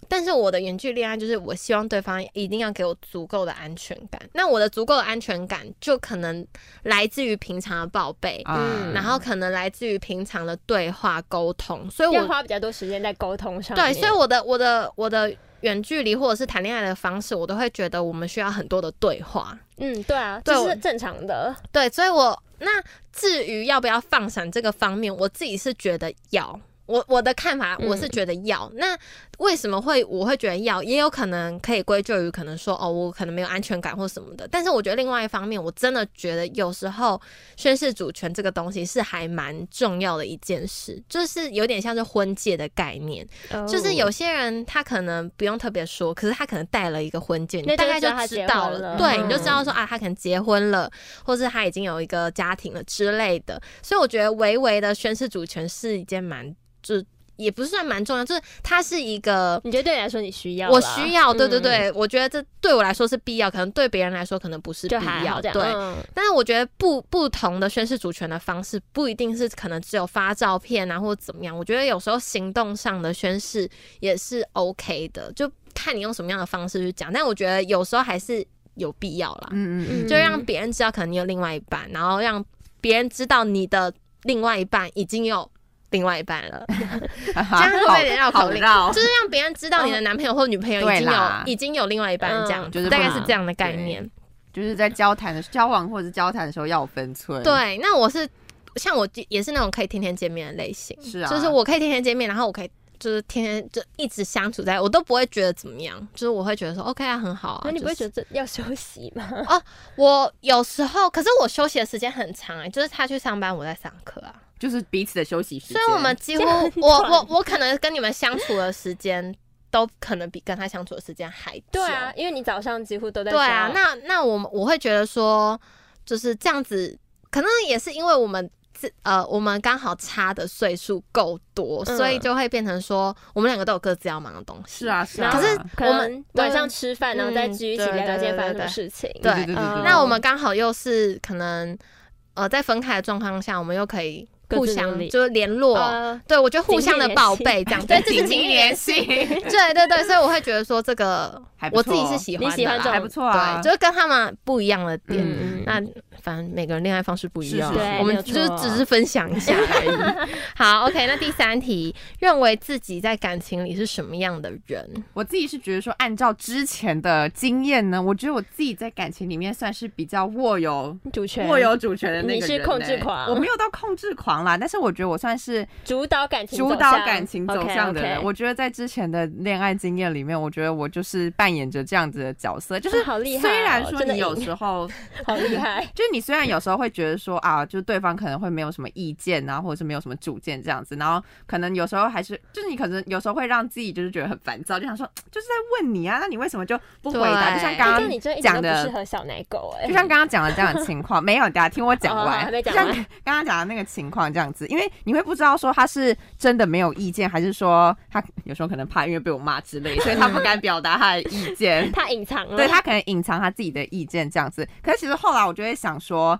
但是我的远距离恋爱就是我希望对方一定要给我足够的安全感。那我的足够的安全感就可能来自于平常的报备，嗯，然后可能来自于平常的对话沟通，所以要我花比较多时间在沟通上对，面。所以我的我的我的远距离或者是谈恋爱的方式，我都会觉得我们需要很多的对话。嗯，对啊，对这我是正常的。对，所以我那至于要不要放闪这个方面，我自己是觉得要。我我的看法，嗯我是觉得要。那为什么会我会觉得要？也有可能可以归咎于可能说哦，我可能没有安全感或什么的。但是我觉得另外一方面，我真的觉得有时候宣誓主权这个东西是还蛮重要的一件事，就是有点像是婚戒的概念。哦就是有些人他可能不用特别说，可是他可能戴了一个婚戒，你那就大是概知道他知结道婚了对，嗯你就知道说啊，他可能结婚了，或是他已经有一个家庭了之类的。所以我觉得维维的宣誓主权是一件蛮，就是也不是算蛮重要，就是它是一个。你觉得对你来说你需要啦，我需要，对对嗯，对，我觉得这对我来说是必要，可能对别人来说可能不是必就还要，好这样。对。嗯但是我觉得不不同的宣誓主权的方式，不一定是可能只有发照片啊，或者怎么样。我觉得有时候行动上的宣誓也是 OK 的，就看你用什么样的方式去讲。但我觉得有时候还是有必要啦，嗯嗯嗯，就让别人知道可能你有另外一半，然后让别人知道你的另外一半已经有。另外一半 [LAUGHS] 了，这样这样会不会有点绕口好令？绕就？是让别人知道你的男朋友或女朋友已经对有、啦已经有另外一半，这样、嗯就是大概不是能这样的概对念。就是在交谈的交往或者是交谈的时候要有分寸，，对，那我是像我也是那种可以天天见面的类型，是啊，就是我可以天天见面，然后我可以就是天天就一直相处在，我都不会觉得怎么样，就是我会觉得说 OK 啊，很好啊。那你不会觉得得这要休息吗？我有时候，可是我休息的时间很长哎、就是他去上班，我在上课啊，就是彼此的休息时所间，以我们几乎这样很我短我我可能跟你们相处的时间。都可能比跟他相处的时间还久，对啊，因为你早上几乎都在对啊家，那那我我会觉得说，就是这样子，可能也是因为我们自呃，我们刚好差的岁数够多，嗯所以就会变成说，我们两个都有各自要忙的东西。是，啊是啊，然后可是可我能们晚对上吃饭，然后再嗯聚一起对聊聊对今天对发生什么对事情。对对对对对，那嗯我们刚好又是可能呃，在分开的状况下，我们又可以各互自努相力就是联络。呃对，我觉得互紧密相的联报系备这 [LAUGHS] 样，对，这是紧紧密密联联系系， [LAUGHS] 对对对，所以我会觉得说这个还不我自己错是喜哦你欢的啦，喜欢这种还不错啊，对，就是跟他们不一样的点。嗯嗯那反正每个人恋爱方式不一样，是是是我没们有就错是只是分享一下而 [LAUGHS] 已。好，OK，那第三题，认为自己在感情里是什么样的人？我自己是觉得说，按照之前的经验呢，我觉得我自己在感情里面算是比较握有主权握有主权的那个人、你是控制狂欸我没有到控制狂啦，但是我觉得我算是主导感情走主向导感情走向的人。 OK，OK 我觉得在之前的恋爱经验里面，我觉得我就是扮演着这样子的角色，就是、啊好厉害哦虽然说真的你有赢时候，好厉害就是你虽然有时候会觉得说啊，就是对方可能会没有什么意见啊，或者是没有什么主见这样子，然后可能有时候还是就是你可能有时候会让自己就是觉得很烦躁，就想说就是在问你啊，那你为什么就不回答？对就像哎刚这样你真的刚一点讲都不的。适合小奶狗哎就，像刚刚讲的这样的情 [LAUGHS] 况，没有，大家听我讲哦完，还没讲就像完刚刚讲的那个情况这样子，因为你会不知道说他是真的没有意见，还是说他有时候可能怕因为被我骂之类，所以他不敢表达他的意见。 [LAUGHS] 他隐藏了，对他可能隐藏他自己的意见这样子。可是其实后来我就会想说，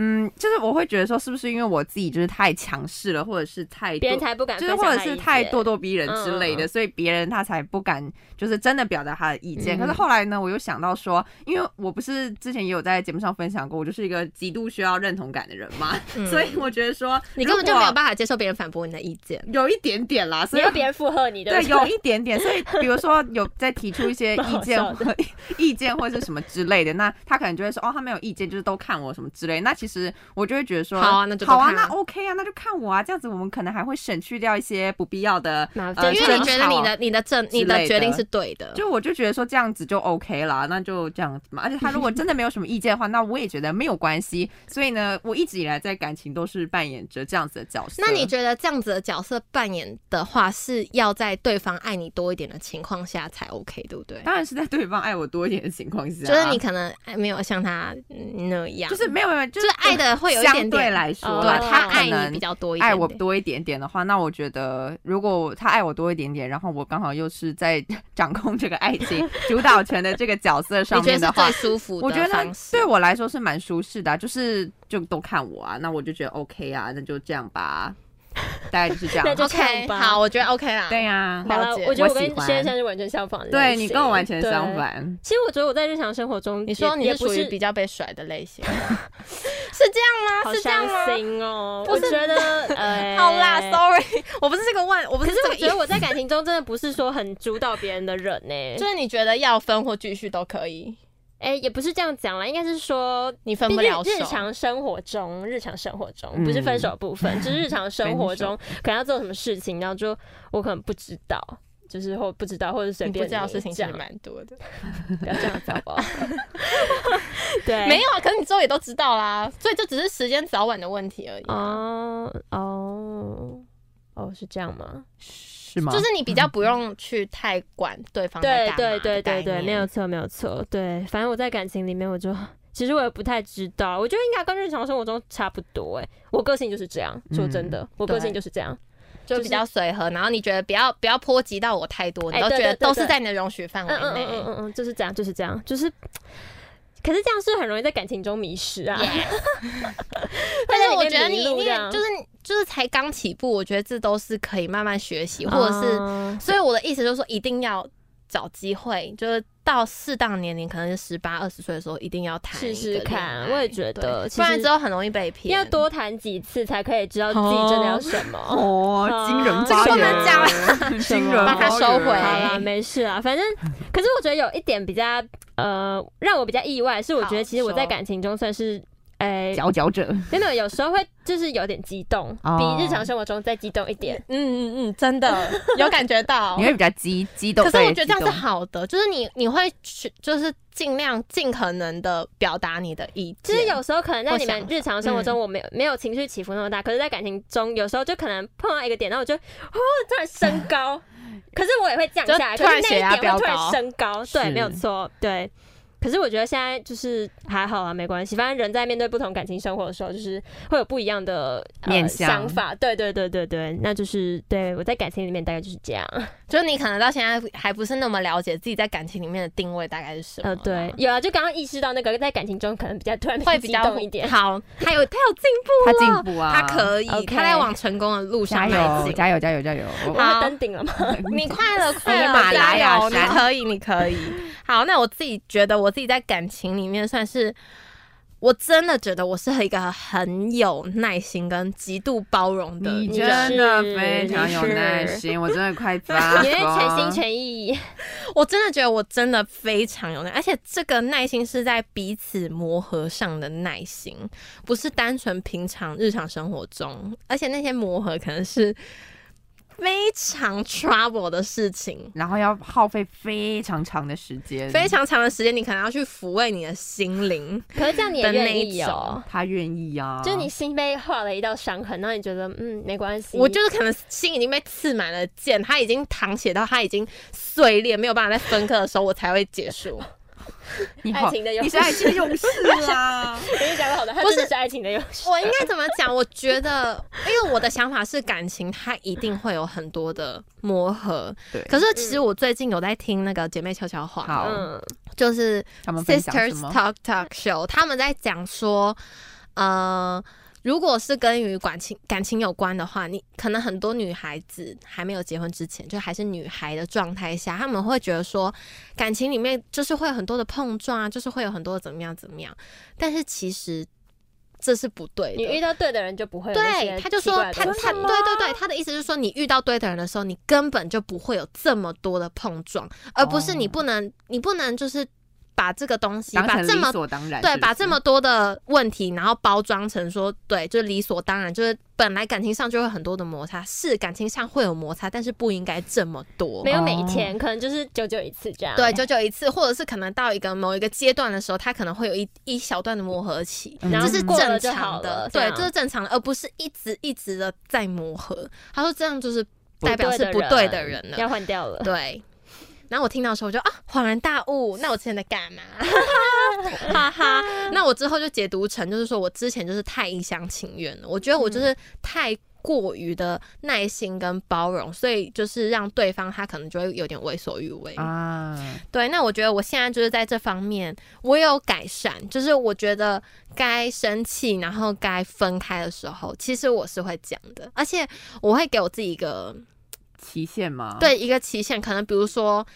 嗯，就是我会觉得说，是不是因为我自己就是太强势了，或者是太别人多才不啊敢就分是享或他的者意见，是太咄咄逼人之类的，嗯所以别人他才不敢就是真的表达他的意见。嗯可是后来呢，我又想到说，因为我不是之前也有在节目上分享过，我就是一个极度需要认同感的人嘛， [LAUGHS] 所以我觉得说嗯你根本就没有如果办法接受别人反驳你的意见。有一点点啦，所你以要别人附和 [LAUGHS] 你，对，不 [LAUGHS] 有一点点。所以，比如说有在提出 [LAUGHS] 一些蛮意好见笑的 [LAUGHS] 或意见或是什么之类的，那他可能就会说哦，他没有意见，就是都看我什么之类。那其实我就会觉得说，好啊那就都好啊，看那啊 OK 啊，那就看我啊，这样子我们可能还会省去掉一些不必要的，麻呃烦对，因为你争觉得你吵的你的正你之类的的决定是对的，就我就觉得说这样子就 OK 了，那就这样子嘛。而且他如果真的没有什么意见的 [LAUGHS] 话，那我也觉得没有关系。所以呢，我一直以来在感情都是扮演着这样子的角色。那你觉得这样子的角色扮演的话，是要在对方爱你多一点的情况下才 OK，对不对？当然啊是在对方爱我多一点的情况下，就是你可能哎没有像他嗯那样，啊就是没有没有，就就是是爱的会有一点相对点来说哦啦，对，他他可爱能你比较多一点点，爱我多一点点的话，那我觉得如果他爱我多一点点，然后我刚好又是在 [LAUGHS] 掌控这个爱情主导权的这个角色上你觉面得的是话最，舒服我觉的得方式？对我来说是蛮舒适的啊、就是就都看我啊，那我就觉得 OK 啊，那就这样吧，大概就是这那样就。 OK，看吧好，我觉得 OK 啦。对呀、好了了解，我觉得我我喜跟先欢生是完全相反的类型。对你跟我完全对相。反。其实我觉得我在日常生活中也，你说你也是不属于是比较被甩的类型，是这样吗？好是这样吗？伤心哦，不我是觉得呃， [LAUGHS] 好啦，sorry，我不是这个问，我不可是是这我个觉意得思，我在感情中真的不是说很主导别人的人呢。就是你觉得要分或继续都可以，哎，也不是这样讲啦，应该是说你分日不了手。日常生活中，日常生活中嗯不是分手部分，就是日常生活中可能要做什么事情，然后就我可能不知道，就是或不知道或者随你不便知道的事情这其样实，蛮多的，不要这样子好 [LAUGHS] 不好？对，没有啊，可是你之后也都知道啦，所以这只是时间早晚的问题而已啊、哦哦哦，是这样吗？是吗？就是你比较不用去太管嗯对方在对干嘛对对的概对念对，没有错没有错，对，反正我在感情里面，我就其实我也不太知道，我觉得应该跟日常生活中差不多哎、我个性就是这样，说真嗯的，我个性就是这样，就比较随和，然后你觉得不要不要波及到我太多，哎你都对觉得对对都是对在你的容许范嗯围嗯嗯嗯内。嗯嗯，就是这样就是这样，就是。可是这样是很容易在感情中迷失啊 [LAUGHS] Yes 会但在是里我面觉得你迷路你这样就是就是才刚起步，我觉得这都是可以慢慢学习，或者是嗯所以我的意思就是说，一定要找机会，就是到适当年龄，可能是十八、二十岁的时候，一定要谈试一试个恋看爱我也觉得对其不然实之后很容易被骗。要多谈几次才可以知道自己真的要什么。啊哦，惊人这个发不言，能讲了，惊人把啊它发收言回啊好啦，没事啦，反正，可是我觉得有一点比较呃，让我比较意外是，我觉得好其实我在说感情中算是，哎、佼佼者。真的有时候会就是有点激动，哦比日常生活中再激动一点。嗯嗯嗯，真的有感觉到 [LAUGHS] 你。会比较激激动。哦可是我觉得对这样是激动好的，就是你你会去，就是尽量尽可能的表达你的意见。就是有时候可能在我你们想嗯日常生活中，我没有、没有情绪起伏那么大，可是，在感情中，有时候就可能碰到一个点，然后我就哦，突然升 [LAUGHS] 高，可是我也会降就下来，突可是然那血压一点飙会突然高升高，对，是没有错，对。可是我觉得现在就是还好啊，没关系。反正人在面对不同感情生活的时候，就是会有不一样的、呃、面向想法。对对对对对，那就是对我在感情里面大概就是这样。就是你可能到现在还不是那么了解自己在感情里面的定位大概是什么呃，啦。 [LAUGHS] 对，有啊，就刚刚意识到那个在感情中可能比较突然会比较激动一点。好，他有他有进步，他进步啊，他可以， OK 他在往成功的路加上迈油进。加油加油加油！我我们登顶了吗？ [LAUGHS] 你快 [LAUGHS] 乐，快哎乐，马来加亚油你山可以，你可以。好，那我自己觉得，我自己在感情里面算是，我真的觉得我是一个很有耐心跟极度包容的你你人。真的是非常有你是耐心，我真的快发你会全心啊疯。全意。我真的觉得我真的非常有耐，而且这个耐心是在彼此磨合上的耐心，不是单纯平常日常生活中，而且那些磨合可能是非常 [LAUGHS] trouble 的事情。然后要耗费非常长的时间，非常长的时间，你可能要去抚慰你的心灵。可是这样你也的愿那一意哦、他愿意啊，就是你心被划了一道伤痕，然后你觉得嗯没关系，我就是可能心已经被刺满了剑，它已经淌血到它已经碎裂，没有办法再分割的时候，我才会结束。你爱好情的勇你士是爱情勇士啊，我跟你讲的好的，它不是真的是爱情的游戏。我应该怎么讲？我觉得，因为我的想法是，感情它一定会有很多的磨合。对可是其实我最近有在听那个姐妹悄悄话，好嗯，就是 [LAUGHS] 他们分享什 Sisters 么？ Talk Talk Show，他们在讲说，呃，如果是跟与感情感情有关的话，你可能很多女孩子还没有结婚之前，就还是女孩的状态下，他们会觉得说，感情里面就是会有很多的碰撞啊，就是会有很多的怎么样怎么样，但是其实这是不对你遇的。到对的人就不会有那些对，他就奇说怪的他东西他对对对，他的意思是说，你遇到对的人的时候，你根本就不会有这么多的碰撞，而不是哦你不能、你不能就是把这个东西，当把成这理么所当然，对，是不把是这么多的问题，然后包装成说，对，就是理所当然，就是本来感情上就会很多的摩擦，是感情上会有摩擦，但是不应该这么多没。有每天，可能就是久久一次这样。对，久久一次，或者是可能到一个某一个阶段的时候，他可能会有一一小段的磨合期，然嗯这后是过正了就好常了的，这对样，这是正常的，而不是一直一直的在磨合。他说这样就是代表对是的不对的人了，要换 [LAUGHS] 掉了。对。然后我听到的时候，我就啊恍然大悟，那我之前在干嘛？ [LAUGHS] 哈哈，那我之后就解读成就是说我之前就是太一厢情愿了，我觉得我嗯就是太过于的耐心跟包容，所以就是让对方他可能就会有点为所欲为。啊，对，那我觉得我现在就是在这方面我有改善，就是我觉得该生气，然后该分开的时候，其实我是会讲的，而且我会给我自己一个期限吗？，对一个期限，可能比如说。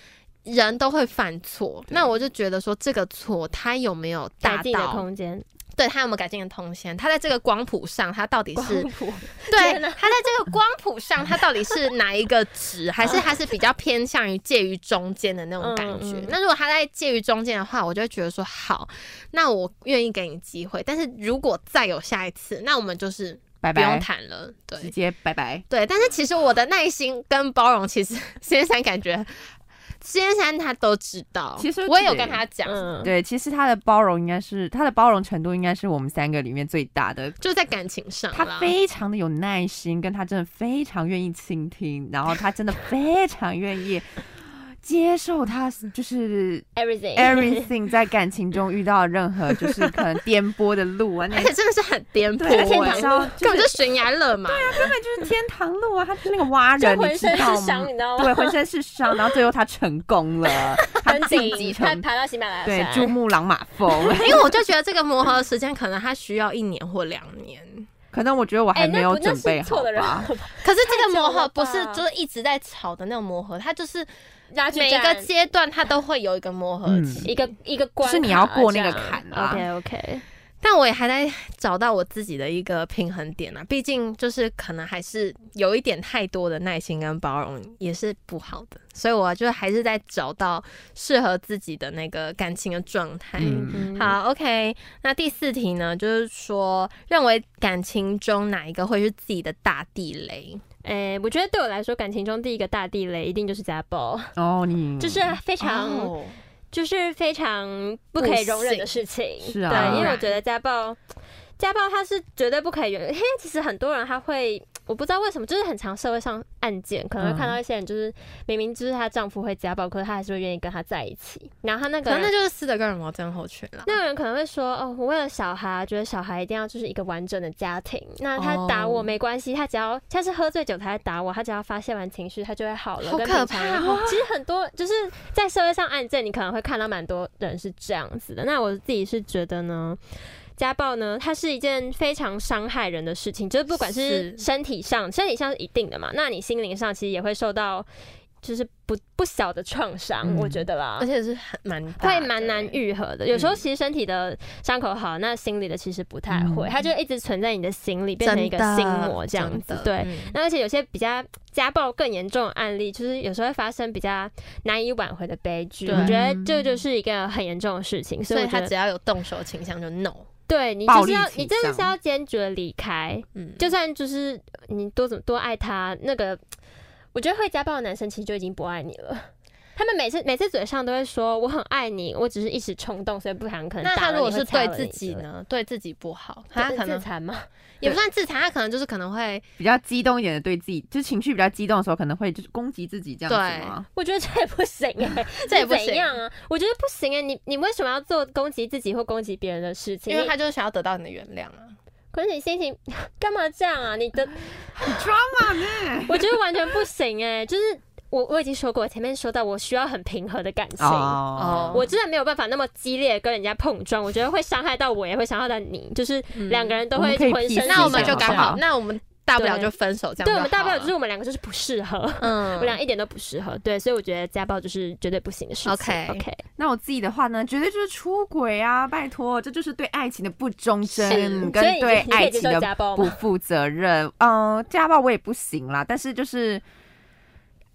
人都会犯错，那我就觉得说这个错他有没有改达进的到？空间，对他有没有改进的空间？他在这个光谱上，他到底光是谱 [LAUGHS] 对天哪他在这个光谱上，他到底是哪一个值？还是他是比较偏向于介于中间的那种感觉？嗯嗯那如果他在介于中间的话，我就会觉得说好，那我愿意给你机会，但是如果再有下一次，那我们就是拜不用拜，谈了。对，直接拜拜。对，但是其实我的耐心跟包容，其实 [LAUGHS] 先生感觉先生他都知道，其实我也有对跟他讲， [LAUGHS] 嗯，对，其实他的包容应该是他的包容程度应该是我们三个里面最大的。就在感情上他啦。非常的有耐心，跟他真的非常愿意倾听，然后他真的非常愿意接受他 [LAUGHS] 就是，everything， [LAUGHS] everything 在感情中遇到任何就是可能颠簸的路啊，那而且真的是很颠簸、对，而且欸，你知道，根就本是就悬崖勒马。根本就是天堂路啊，他就是那个蛙就人，浑你知身道是吗伤，你？知道吗？对，浑身是伤，然后最后他成功 [LAUGHS] 了，他很晋级顶，成他爬到喜马拉雅对山，珠穆朗玛 [LAUGHS] 峰。 [LAUGHS] 因为我就觉得这个磨合时间可能他需要一年或两年，可能我觉得我还哎，没那有不那准备是好错的人，吧。可是这个太久磨了合不吧是就是一直在吵的那种磨合，它就是拉锯每一个战阶段它都会有一个磨合嗯期。一个一个关就卡这样，是你要过那个坎啊 OK OK，但我也还在找到我自己的一个平衡点啊，毕竟就是可能还是有一点太多的耐心跟包容也是不好的，所以我就还是在找到适合自己的那个感情的状态。嗯好，OK。那第四题呢，就是说认为感情中哪一个会是自己的大地雷？诶、我觉得对我来说，感情中第一个大地雷一定就是家暴，哦，你 [LAUGHS] 就是非常、哦就是非常不可以容忍的事情。是啊对，因为我觉得家暴，家暴它是绝对不可以容忍。因为其实很多人他会，我不知道为什么，就是很常社会上案件可能会看嗯到一些人，就是、明明就是她丈夫会家暴，可是她还是会愿意跟他在一起。然后她那可个能人那就是斯德哥尔摩症候群了。那个人可能会说：“哦，我为了小孩，觉得小孩一定要就是一个完整的家庭。那他打我哦没关系，他只要他是喝醉酒才会打我，他只要发泄完情绪，他就会好了。好跟可平常人怕哦其实很多就是在社会上案件，你可能会看到蛮多人是这样子的。那我自己是觉得呢。家暴呢，它是一件非常伤害人的事情，就是不管是是身体上，身体上是一定的嘛，那你心灵上其实也会受到就是不不小的创伤，嗯我觉得啦，而且是很蛮大会的欸蛮难愈合的。有嗯时候其实身体的伤口好，那心理的其实不太会，嗯它就一直存在你的心里，变成一个心魔这样子。嗯对，，那而且有些比较家暴更严重的案例，就是有时候会发生比较难以挽回的悲剧。对我觉嗯得这就是一个很严重的事情，所所以以我觉他得只要有动手倾向就 no，对你暴就力是要倾你真的向是要坚决地离开，嗯，就算就是你多怎么多爱他，那个我觉得会家暴的男生其实就已经不爱你了。他们每次每次嘴上都会说我很爱你，我只是一时冲动，所以不想可能那打他了如果你是会对踩了自你之己类的，呢？对自己不好，对他可能自残吗？也不算自残，他可能就是可能会比较激动一点的，对自己就是情绪比较激动的时候，可能会就是攻击自己这样子吗？我觉得这也不行哎、 [LAUGHS] 这也不怎行样啊？我觉得不行哎、你你为什么要做攻击自己或攻击别人的事情？因为你他就是想要得到你的原谅啊。可是你心情 [LAUGHS] 干嘛这样啊？你的很 drama 呢。 [LAUGHS] 我觉得完全不行哎、就是我我已经说过，前面说到我需要很平和的感情。哦，我真的没有办法那么激烈地跟人家碰撞，我觉得会伤害到我，也会伤害到你，就是两个人都我们会可以浑身 peace 是那我们伤就刚刚害好，那我们大不了啊对就分手这样。对我们大不了好就是我们两个就是不适合，嗯，我们俩一点都不适合，对，所以我觉得家暴就是绝对不行的事情。 OK OK，那我自己的话呢，绝对就是出轨啊！拜托，这就是对爱情的不忠贞，所以跟你对你可爱以接情受的家暴不吗？负责任。嗯、家暴我也不行啦，但是就是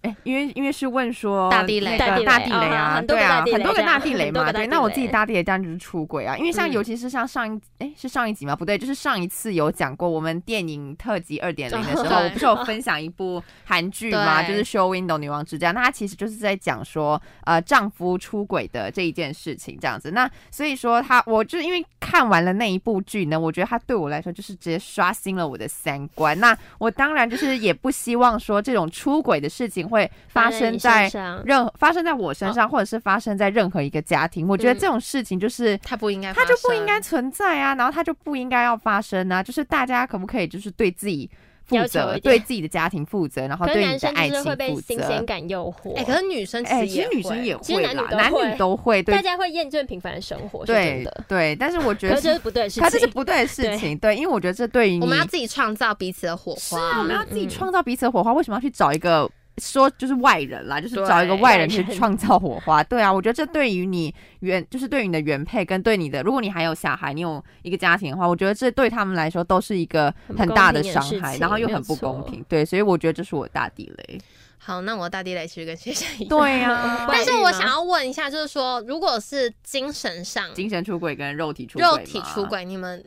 哎，因为因为是问说大地雷那个大大地地雷雷哦啊，很多对个大啊，地雷很多个这样大地雷很多嘛，个大对。地那我雷自己大地雷当然就是出轨啊，因为像嗯尤其是像上一哎是上一集吗？不对，就是上一次有讲过我们电影特辑二点零的 [LAUGHS] 时候，对我不是有分享一部韩剧吗？就对是《Show Window 女王之家》，那它其实就是在讲说呃丈夫出轨的这一件事情这样子。那所以说他，我就是因为看完了那一部剧呢，我觉得他对我来说就是直接刷新了我的三观。那我当然就是也不希望说这种出轨的事情会发在生你在身上哦任何发生在我身上，或者是发生在任何一个家庭。我嗯觉得这种事情就是。他不应该，它就不应该。存在啊，然后它就不应该要发生啊，就是大家可不可以就是对自己负要求一责，点对自己的家庭负责，然后可是对男你的生爱就情是会被负新责鲜。感诱惑，哎、可是女生哎、其其实实女生也其实会啦，男男女都会女都会，对大家会厌倦平凡的生活，是真对的。对，但是我觉可得是这是不对的事他这是情，不对的事对情，对，因为我觉得这对于你我们要自己创造彼此的火是花。啊，我们要自己嗯创造彼此的火花，为什么要去找一个说就是外人啦，就是对找一个外人 [LAUGHS] 去外人创造火花？对啊，我觉得这对于你原就是对于你的原配跟对你的，如果你还有小孩，你有一个家庭的话，我觉得这对他们来说都是一个很不很大公的平的伤事害，情然后又没有很不公错平。对，所以我觉得这是我的大地 [LAUGHS] 雷。好，那我的大地雷其实跟谢谢一样。对啊，但是外遇我吗想要问一下，就是说，如果是精神上、精神出轨跟肉体出轨，肉体出，轨，你嗯们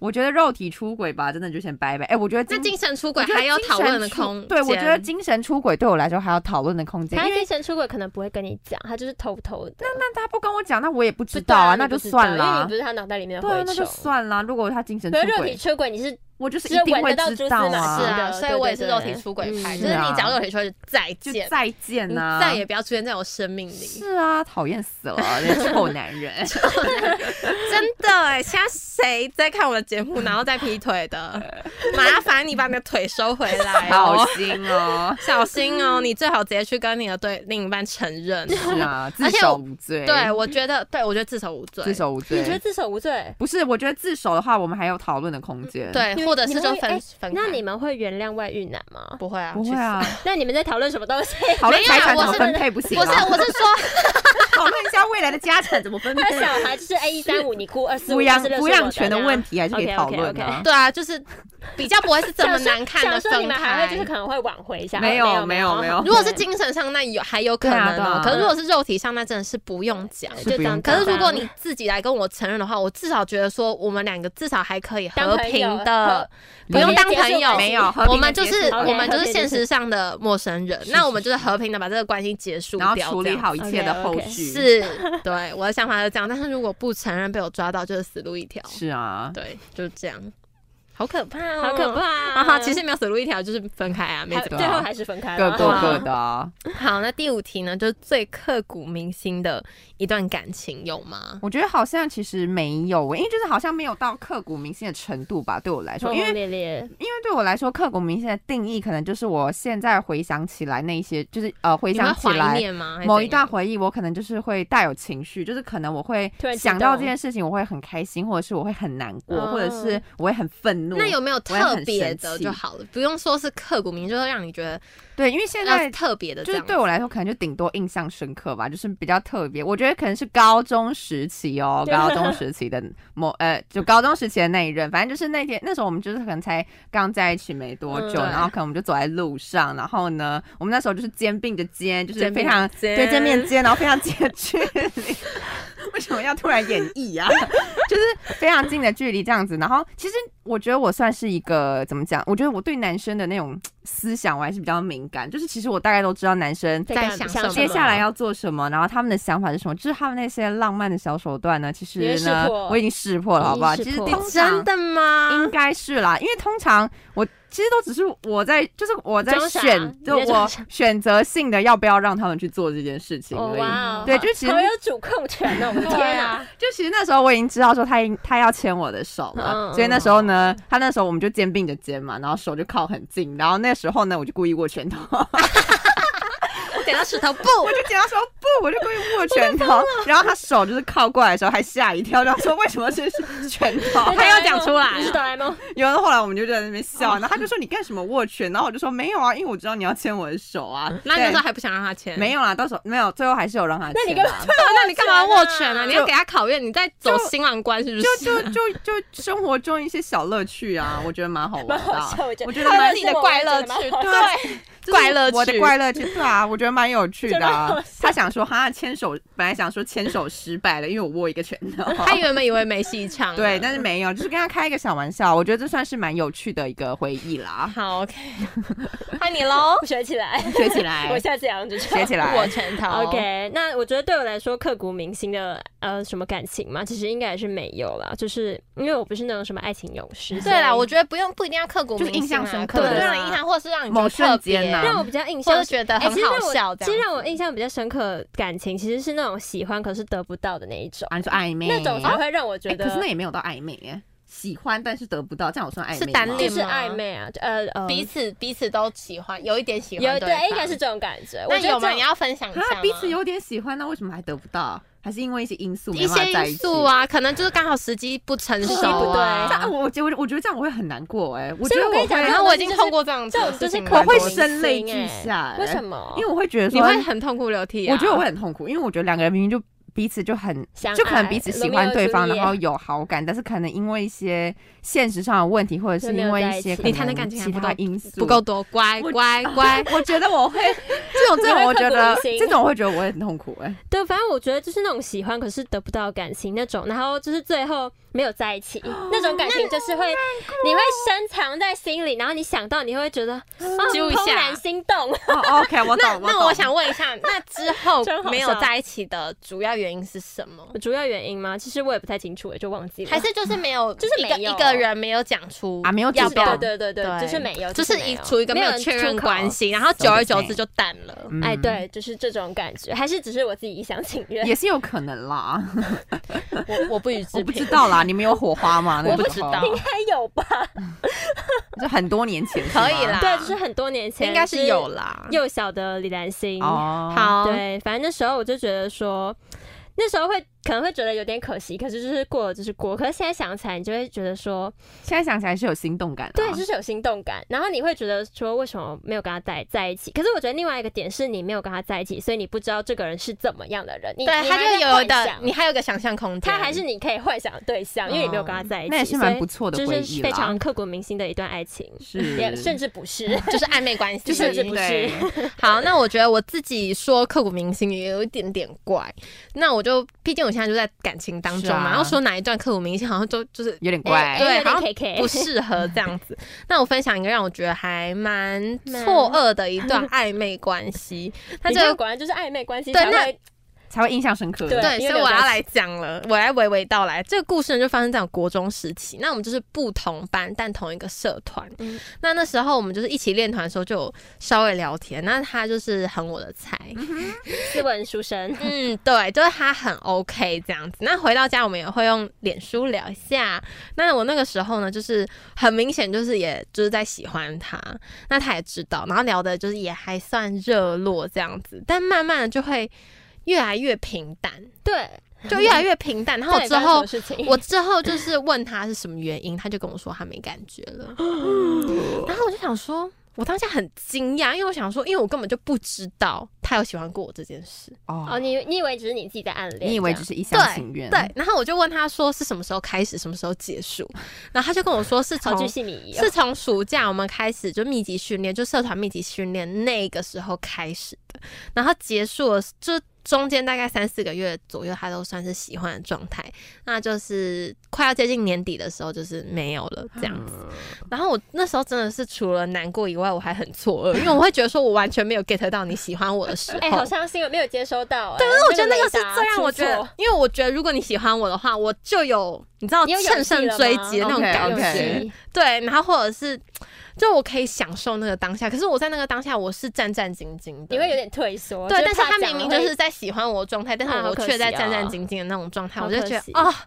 我觉得肉体出轨吧，真的就先拜拜。哎，我觉得那精神出我轨觉得还有精讨神论的出空间？对，我觉得精神出轨对我来说还有讨论的空间，他因为精神出轨可能不会跟你讲，他就是偷偷的。那他不跟我讲，那我也不知不道啊，你那不就知算道因为你啦不。是他脑袋里面的对蛔啊，虫。那就算啦。如果他精神可出是肉体轨，出轨，你是我就是只一有定闻会得到知蛛丝道马啊，是迹啊，对所以我也是对肉对体出轨嗯派，是就是你啊讲肉体出轨就再就见，再见你呐、再也不要出现在我生命里。是啊，讨厌死了，那个臭男人。真的哎，现在谁在看我的节目，然后在劈腿 [LAUGHS] 的？麻烦你把你的腿收回来好哦，。心哦小心哦，你最好直接去跟你的对另一半承认哦。是啊，自而且首我无罪。对，，我觉得，对我觉得自首无罪，自首无罪。你觉得自首无罪？不是？我觉得自首的话，我们还有讨论的空间。，你对，们或者你是们就会哎分分开。那你们会原谅外遇男吗？ [LAUGHS] 不会啊？不会啊，那你们在讨论什么东西？ [LAUGHS] 讨论财没产有我怎么是分配不去行死。不吗？是， [LAUGHS] 我是说，讨论一下未来的家产怎么分他配，小孩就是 A 一三五，你哭二四五，抚养26抚养权的问题。题还是可以讨论啊 OK，OK，OK。对啊，就是比较不会是这么难看的想说你分们还开会就。是可能会挽回一下，没有哦没有没有 [LAUGHS] 如 [LAUGHS] 果是精神上，那有还有可对能啊对哦啊。可是如果是肉体上，那真的是不用讲。对是就不这样用子可讲是如果你自己来跟我承认的话，我至少觉得说我们两个至少还可以 [LAUGHS] 当和朋友平的，不和用平当结束朋友。没有和平地我们就结是束我们就是，OK，和平地现实上的陌生人是，那是我们就是和平的把这个关系结束然后掉，处理这样好一切的后 OK，OK 哦续。是，对，我的想法就是这样。但是如果不承认被我抓到，就是死路一条。是啊，对，就是这样，好可怕哦，好可。怕啊哈，其实没有死路一条，就是分开啊，没还怎么最后样。还是分开各了。过啊各的 [LAUGHS] 啊。好，那第五题呢，就是最刻骨铭心的一段感情有吗？我觉得好像其实没有欸，因为就是好像没有到刻骨铭心的程度吧，对我来说，轰因为轰烈烈，因为对我来说刻骨铭心的定义，可能就是我现在回想起来那一些，就是呃回你会想起怀来念吗？还是某一怎样段回忆，我可能就是会带有情绪，就是可能我会突然激想到动这件事情，我会很开心，或者是我会很难过，或者哦是我会很愤怒。那有没有我也特很别生的气就好了，不用说是刻骨铭心，就是让你觉得对，因为现要在特别的这就是样。对我来说，可能就顶多印象深刻吧，就是比较特别。我觉得可能是高中时期哦，对高中时期的某呃，就高中时期的那一任，反正就是那天那时候我们就是可能才刚在一起没多久，嗯然后可能我们就走在路上，然后呢，我们那时候就是肩并着肩，就是肩并非常着肩对肩并着肩，然后非常近的距离。 [LAUGHS] 为什么要突然演绎啊？就是非常近的距离这样子。然后其实我觉得我算是一个怎么讲？我觉得我对男生的那种思想我还是比较敏感，就是其实我大概都知道男生在干想想什么接下嗯来要做什么，然后他们的想法是什么，就是他们那些浪漫的小手段呢，其你会实识呢破，我已经识破了，好不好？已经其识实破通真常的吗应？该是啦，因为通常我其实都只是我在，就是我在装傻选，就你在装我傻选择性的要不要让他们去做这件事情哦而已。哇哦，对就其实好有主控权哦，我的天啊！就其实那时候我已经知道说他应他要牵我的手了，嗯所以那时候呢，他那时候我们就肩并着肩嘛，然后手就靠很近，然后那时候呢，我就故意握拳头，我点到石头布，就跟他说不，我就故意握拳头，然后他手就是靠过来的时候还吓一跳，然后说为什么这是拳头？ [LAUGHS] 哆他啦要 A 讲梦出来你是哆啦 A 梦，然后后来我们就在那边笑，然后他就说你干什么握拳？然后我就说没有啊，因为我知道你要牵我的手啊。那那时候对还不想让他签，没有啦，到时候没有，最后还是有让他牵啊。那你干嘛对啊，那你干嘛握拳啊？就你要给他考验，你在走新郎关是不是？ [LAUGHS] 就就就就生活中一些小乐趣啊，我觉得蛮好玩的蛮啊、好笑，我觉得我觉得蛮他他们有自己的怪乐趣，蛮好笑的对，就是快乐我的趣快乐趣，对啊，我觉得蛮有趣的啊、就让我他想说，哈，牵手，本来想说牵手失败了，因为我握一个拳头。他原本以为没戏唱了，，嗯对，但是没有，就是跟他开一个小玩笑，我觉得这算是蛮有趣的一个回忆 [LAUGHS] 啦好，OK，换你喽，学起来，学起来我，下次也要用这招学起来我。拳头 OK，那我觉得对我来说刻骨铭心的呃什么感情嘛，其实应该也是没有啦，就是因为我不是那种什么爱情勇士。对啦，所以我觉得不用不一定要刻骨就是铭印心象啊深可刻能的让啊人印象，或是让你觉某得特瞬别间啊让我比较印或象是觉得哎很其实好让我笑这其实样让我印象比较深刻感情，其实是那种喜欢可是得不到的那一种，啊，你说暧昧那种才会让我觉哎得、可是那也没有到暧昧耶，喜欢但是得不到，这样我算暧昧是吗单恋就是暧昧啊，就呃呃，彼此彼此都喜欢，嗯有一点喜欢有对对，方应该是。这种感觉。我那觉得有吗？这种你要分享一下啊，吗彼此有点喜欢，那为什么还得不到？还是因为一些因素没一办法些在一因起素？啊，可能就是刚好时机不成熟时机不对啊这样我我觉得我觉得这样我会很难过哎，我觉所以得我跟你我讲会然后我已经通过这样子这的种就事是情刻蛮骨多我会次，生泪铭心俱欸下为哎什么？因为我会觉得你说，会很痛哭流涕啊。我觉得我会很痛苦，因为我觉得两个人明明就彼此就很相就可能爱彼此喜罗密欢欧对朱方，丽然后叶有好感，但是可能因为一些现实上的问题，或者就是没因有为在一一些起可你谈的能感情还其不他够因素不够多，乖我。乖乖我觉得我 [LAUGHS] 会这种这你种，会我觉刻骨得铭心这种我会觉得我会很痛苦哎、 [LAUGHS] 对，反正我觉得就是那种喜欢可是得不到的感情那种，然后就是最后没有在一起哦那种感情，就是会你会深藏在心里，然后你想到你会觉得啊，揪一下怦然心动。哦，OK，我懂，那懂我想问一 [LAUGHS] 下，那之后真好没有笑在一起的主要原因是什么？ [LAUGHS] 主要原因吗？其实我也不太清楚，也就忘记了。还是 [LAUGHS] 就是没有，就是一没个有一个人没有讲出啊没有要主不要动对对对对，就是没有，就是没一有处一个没有确认关。系，然后久而久之就淡了。嗯哎，，对，就是这种感觉，还是只是我自己一厢情愿。也是有可能啦，我我不予置我不评知，道 [LAUGHS] 啦，你们有火花吗？那我个不时知候道， [LAUGHS] 应该有吧？就很多年前是可以吗啦对，就是很多年前，啊应该是有啦。幼小的李兰心。哦，，好，对，反正那时候我就觉得说，那时候会可能会觉得有点可惜，可是就是过了就是过，可是现在想起来，你就会觉得说，现在想起来是有心动感啦，啊对，就是有心动感，然后你会觉得说，为什么没有跟他在在一起？可是我觉得另外一个点是你没有跟他在一起，所以你不知道这个人是怎么样的人，你对，你他还在就有幻的，想你还有个想象空间，他还 [LAUGHS] 是你可以幻想的对象，因为你没有哦跟他在一起，那也是所以蛮不错的回就忆是啦非常刻骨铭心的一段爱情，是也甚至 [LAUGHS] 不是。就是暧昧关系，就是甚至不是对好，那我觉得我自己说刻骨铭心也有一点点怪。那我就，毕竟我现在就在感情当中是嘛，啊然后说哪一段刻骨铭心，好像就就是有点 [LAUGHS] 哎怪。对有点好像 K K，不适合这样子。那我分享一个让我觉得还蛮错愕的一段暧昧关系。那你这看个果然就是暧昧关系对才那会才会印象深刻。对对，因所为以我没有要在来讲了，我来娓娓道来。这个故事呢，就发生在我国中时期。那我们就是不同班，但同一个社团。嗯那那时候我们就是一起练团的时候，就有稍微聊天。那他就是很我的菜，斯文书生。嗯，对，就是他很 OK 这样子。那回到家，我们也会用脸书聊一下。那我那个时候呢，就是很明显，就是也就是在喜欢他，那他也知道，然后聊的就是也还算热络这样子，但慢慢的就会越来越平淡，对，就越来越平淡。然后到底之发生什后么，事情我之后就是问他是什么原因，他就跟我说他没感觉 [GASPS] 了。然后我就想说，我当下很惊讶，因为我想说，因为我根本就不知道他有喜欢过我这件事。哦，哦，你你以为只是你自己在暗恋？你以为这只是样一厢情对愿？对，，然后我就问他说是什么时候开始，什么时候结束，然后他就跟我说是好巨从细靡遗哦？是从暑假我们开始就密集训练，就社团密集训练那个时候开始的，然后结束了就。中间大概三四个月左右，他都算是喜欢的状态，那就是快要接近年底的时候，就是没有了这样子。然后我那时候真的是除了难过以外，我还很错愕，因为我会觉得说我完全没有 get 到你喜欢我的时候。哎、好伤心，我没有接收到、哎对，但是我觉得那个是最让我觉，那雷得达出错，因为我觉得如果你喜欢我的话，我就有你知道你有勇乘气哦胜了追吗击的那种 OK，感觉 OK 勇气对，然后或者是就我可以享受那个当下，可是我在那个当下我是战战兢兢的，你会有点退缩。对，就但是怕他讲明明了就会是在喜欢我的状态，但啊是好我可却在惜战战哦兢兢的那种状态，好我就可觉得惜啊、好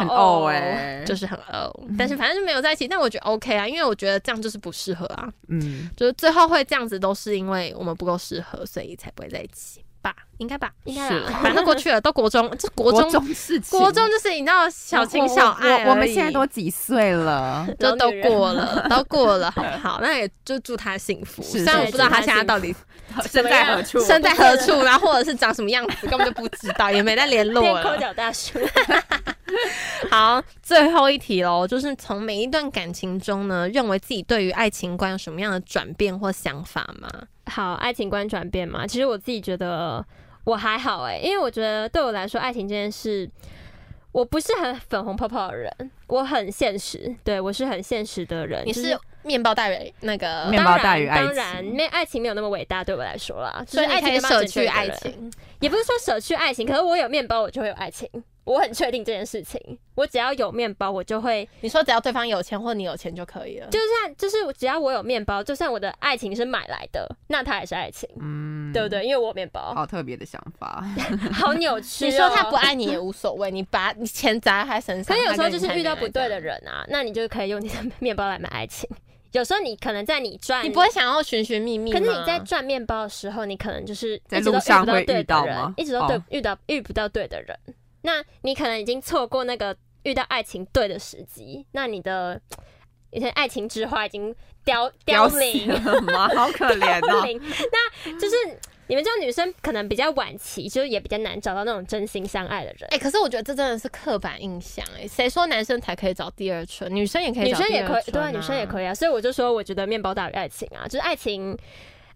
很哦哦哎，就是很哦，但是反正就没有在一起，但我觉得 OK 啊，因为我觉得这样就是不适合啊，嗯，就是最后会这样子都是因为我们不够适合，所以才不会在一起吧，应该吧。应该是啦反正过去了，都国中，这国国中中事情，国中就是你知道小情小爱我我我们而已现在都几岁了？就都老女人过 [LAUGHS] 了，都过了，好不好？那也就祝他幸福。是虽然我是不知道他祝他现在到 [LAUGHS] 底身么在样何处？ [LAUGHS] 身在啊何处，然后或者是长什么样子，根本就不知道，也没再联络变抠了。脚大叔， [LAUGHS] 好，最后一题喽，就是从每一段感情中呢，认为自己对于爱情观有什么样的转变或想法吗？好，爱情观转变嘛，其实我自己觉得我还好哎、因为我觉得对我来说，爱情这件事，我不是很粉红泡泡的人，我很现实，对我是很现实的人。你就是面包大人那个面，包大于爱情当然，因为爱情没有那么伟大，对我来说啦，所以就是你可以爱情没办法舍拯救一去个爱人情。也不是说舍去爱情，可是我有面包，我就会有爱情。我很确定这件事情，我只要有面包，我就会，你说只要对方有钱或你有钱就可以了，就算就是只要我有面包，就算我的爱情是买来的，那它也是爱情，嗯，对不？对？因为我有面包，好特别的想法，好扭曲、哦。你说他不爱你也无所谓，你把你钱砸在他身可上，是有他时候跟就你是谈遇到恋爱不对这的样，人啊，那你就可以用你的面包来买爱情。有时候你可能在你赚，你不会想要寻寻觅觅可吗，是你在赚面包的时候，你可能就是在一直都路上遇不会对遇的到人吗一直都对哦遇到遇不到对的人，那你可能已经错过那个遇到爱情对的时机，那你的以前爱情之花已经凋凋屌死零，了吗？ [LAUGHS] 好可怜凋哦。零，那就是你们知道女生可能比较晚期，就是也比较难找到那种真心相爱的人。哎、可是我觉得这真的是刻板印象哎、谁说男生才可以找第二春，女生也可以女找生第也二可以，春对啊啊，女生也可以啊。所以我就说，我觉得面包大于爱情啊，就是爱情，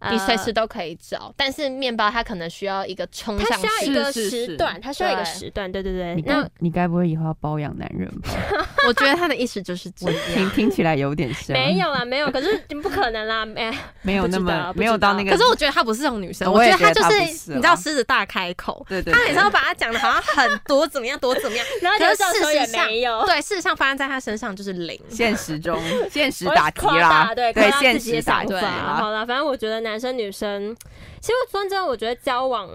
呃你随时都可以找，但是面包它可能需要一个冲它上需要去一。个是是时是段，它需要一个对时段，对对对你。那该你该不会以后要包养男人吧？ [LAUGHS] 我觉得他的意思就是这我听 [LAUGHS] 样。听起来有点像，没有啦，没有，可是不可能啦， [LAUGHS] 哎，没有那不知道么不知道没有到那个，可是我觉得他不是这种女生，我觉也得他就觉得她不你是啊知道啦狮子大开口，对对他每对次，都把他讲的好像很多怎么样多 [LAUGHS] 怎么样，然后可就是到时事候也实上没有。对，事实上发生在他身上就是零。现实中现实我打题夸啦，大对夸大现自己的啊实打想题法。啦，好啦，反正我觉得男生女生，其实我说真的，我觉得交往。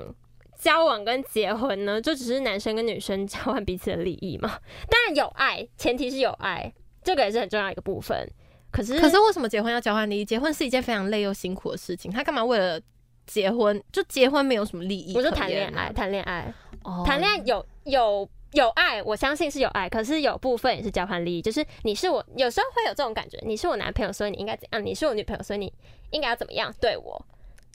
交往跟结婚呢，就只是男生跟女生交换彼此的利益嘛。当然有爱，前提是有爱，这个也是很重要一个部分。可是，可是为什么结婚要交换利益？结婚是一件非常累又辛苦的事情，他干嘛为了结婚就结婚没有什么利益可我言啊？说谈恋爱，谈恋爱，哦，谈恋爱有有有爱，我相信是有爱，可是有部分也是交换利益，就是你是我，有时候会有这种感觉，你是我男朋友，所以你应该怎样；你是我女朋友，所以你应该要怎么样对我。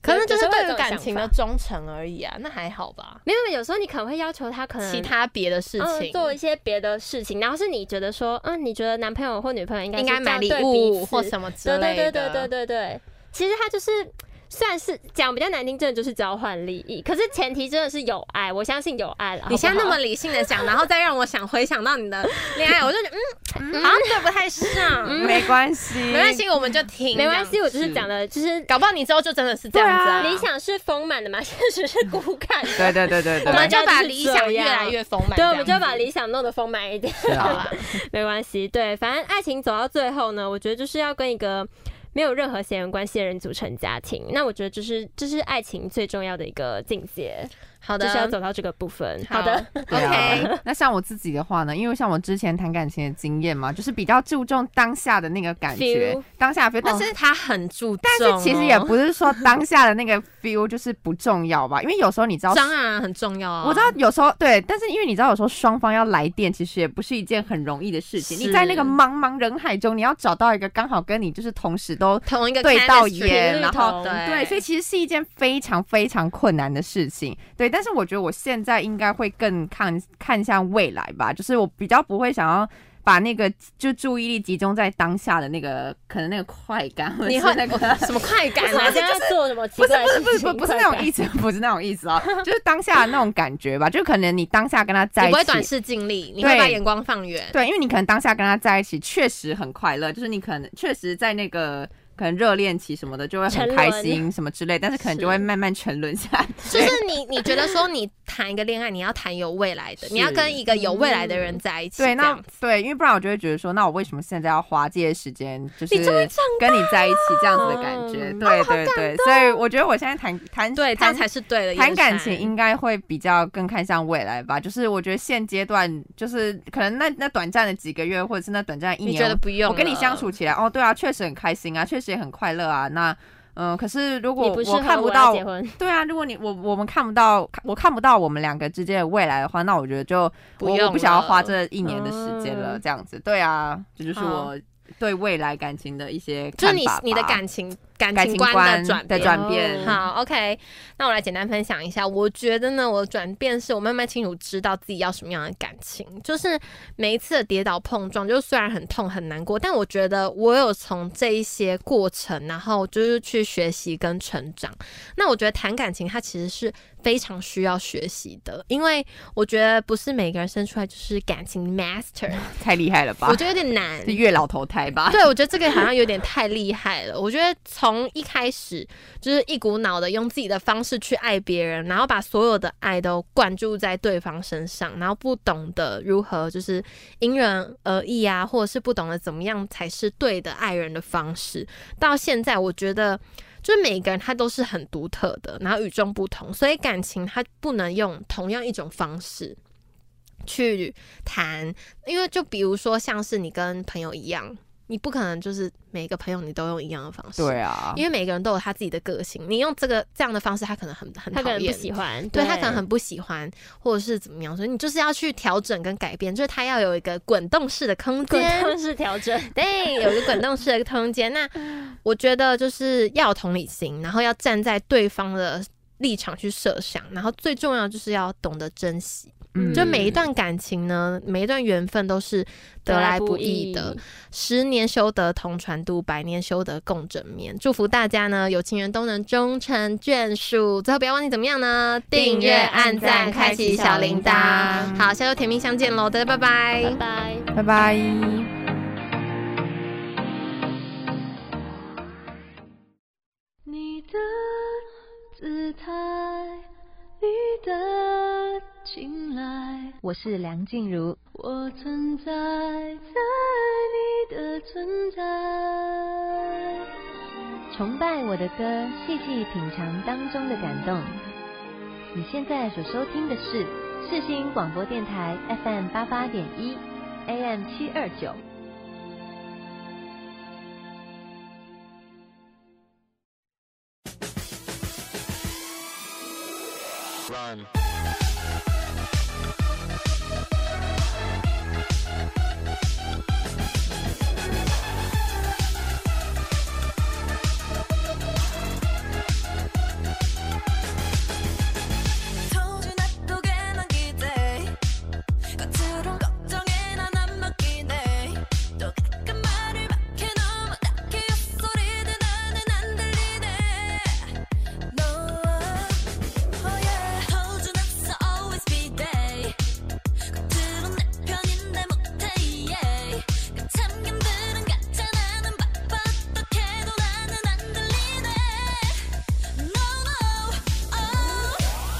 可能有就时是候会对有这于种感想情法的忠诚而已啊，那还好吧？没有，没有有时候你可能会要求他可能其他别的事嗯情，做一些别的事情，然后是你觉得说，嗯，你觉得男朋友或女朋友应该应该买礼物或什么之么对类对的。对对对对，其实他就是。算是讲比较难听，真的就是交换利益。可是前提真的是有爱，我相信有爱了。你现在那好不好么理性的讲，然后再让我想回想到你的恋爱，我就觉得嗯，好像对不太上。没关系，没关，系，我们就停。没关这样，系，我就是讲的，就是搞不好你之后就真的是这样子啊。理想是丰满的嘛， [LAUGHS] 现实是骨感的。对对对对我对，们就把大概就是理想这越样来越丰满这对，样我子。们就把理想弄得丰满 [LAUGHS] 一点，是好啊啦，没关系。对，反正爱情走到最后呢，我觉得就是要跟一个没有任何血缘关系的人组成家庭。那我觉得就是这、是爱情最重要的一个境界，好就是要的，走到这个部分。好好 [LAUGHS] 的，的对，OK。啊。那像我自己的话呢，因为像我之前谈感情的经验嘛，就是比较注重当下的那个感觉 Feel，当下的 feel，但 [LAUGHS] 但是是他很注重、哦哦但是其实也不是说当下的那个 feel 就是不重要吧，因为有时候你知道，当然很重要啊。我知道有时候对，但是因为你知道有时候双方要来电，其实也不是一件很容易的事情。是你在那个茫茫人海中，你要找到一个刚好跟你就是同时都同一个对到 chemistry，眼，然后同对，所以其实是一件非常非常困难的事情。对，但是我觉得我现在应该会更看看向未来吧，就是我比较不会想要。把那个就注意力集中在当下的那个，可能那个快感，或者你是会那个什么快感哪啊？天哎要做什么奇 [LAUGHS] 不是怪的事不是不是情不是那种意思，不是那种意思啊， [LAUGHS] 就是当下的那种感觉吧，就可能你当下跟他在你一不会短起。视近利，你会把对眼光放远。对，因为你可能当下跟他在一起确实很快乐，就是你可能确实在那个可能热恋期什么的就会沉很开沦心什么之类，但是可能就会是慢慢沉 [LAUGHS] 沦下就去。是你，你觉得说你谈一个恋爱，你要谈有未来的，是你要跟一个有未来的人在一起。对，这那样对，因为不然我就会觉得说，那我为什么现在要花这些时间，就是你终于跟你在一起这样子的感觉？嗯对对对，所以我觉得我现在谈谈对，这谈样才是对的。谈友感善情应该会比较更看向未来吧，就是我觉得现阶段就是可能那那短暂的几个月，或者是那短暂的一你年，觉得不用？我跟你相处，起来，哦，对啊，确实很开心啊，确实也很快乐啊。那嗯、呃可是如果你不适合我看不我要到结，婚，对啊，如果你我我们看不到，我看不到我们两个之间的未来的话，那我觉得就不我用我不想要了花这一年的时间了，嗯这样子。对啊，这就是好我对未来感情的一些就是看你法你的吧感情感感情情观的转的变。嗯转变，好，OK，那我来简单分享一下。我觉得呢，我的转变是我慢慢清楚知道自己要什么样的感情，就是每一次的跌倒碰撞，就虽然很痛很难过，但我觉得我有从这一些过程，然后就是去学习跟成长。那我觉得谈感情，它其实是非常需要学习的，因为我觉得不是每个人生出来就是感情 master，太厉害了吧我？觉得有点 [LAUGHS] 难是。月老投胎吧？对，我觉得这个好像有点太厉害了。我觉得从一开始就是一股脑的用自己的方式去爱别人，然后把所有的爱都灌注在对方身上，然后不懂得如何就是因人而异啊，或者是不懂得怎么样才是对的爱人的方式。到现在，我觉得。就是每个人他都是很独特的，然后与众不同，所以感情它不能用同样一种方式去谈，因为就比如说像是你跟朋友一样，你不可能就是每个朋友你都用一样的方式，对啊，因为每个人都有他自己的个性，你用这个这样的方式，他可能很很他可讨能不厌，喜欢，对他可能很不喜欢，或者是怎么样，所以你就是要去调整跟改变，就是他要有一个滚动式的空滚间，动式调整，对，有一个滚动式的空间。那我觉得就是要有同理心，然后要站在对方的立场去设想，然后最重要就是要懂得珍惜。嗯就每一段感情呢，每一段缘分都是得来不易的。十年修得同船渡，百年修得共枕眠。祝福大家呢，有情人都能终成眷属。最后不要忘记怎么样呢？订阅、按赞、开启小铃铛。好，下周甜蜜相见喽，大家拜拜拜拜。拜拜。你的姿态，你的青睐，我是梁静茹，我存在在你的存在。崇拜我的歌，细细品尝当中的感动。你现在所收听的是世新广播电台 FM 八八点一，AM 七二九。 청춘 핫도게 난 기대 겉으론 걱정에 난안 먹히네 또 가끔 말을 막해 너무 딱히 헛소리도 나는 안 들리네 No Oh yeah 청춘 핫서 always be day 겉으론 내 편인데 못해 yeah 그 참견들은 같잖아 난 바빠 어떡해도 나는 안 들리네 No no oh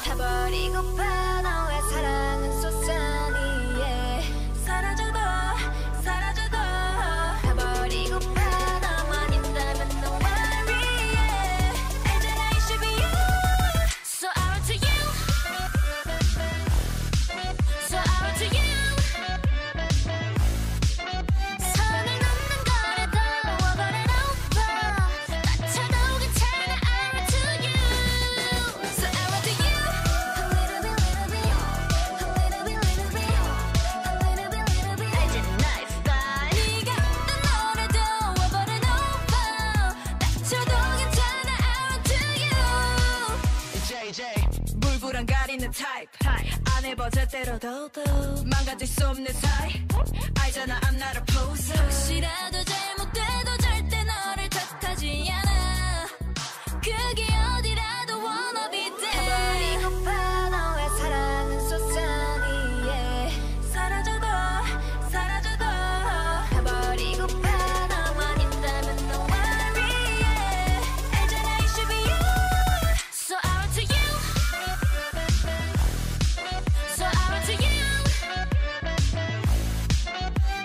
다 버리고파 너의 사랑은 쏟아니 사라져도 사라져도 다 버리고파 너만 있다면 no worry And then I should be you So I want to you So I want to you 선을 넘는 거래 더워 거래 높아 나 차가워 괜찮아 I want to you So I want to you A little bit little bit A little bit little bit A little bit little bit I just nice guy 네가 없던 거래 더워 거래 높아 나 차가워 괜찮아 I want to you JJ 물불안 가리는 타입 안 해봐 제대로 망가질 수 없는 타입 알잖아 I'm not a poser 혹시라도 잘못돼도 절대 너를 탓하지 않아 그게 어디라도 wanna be there 해버리고파 너의 사랑은 쏟아니에 사라져도 사라져도 해버리고파 너만 있다면 no worry yeah 알잖아 it should be you So I want to you So I want to you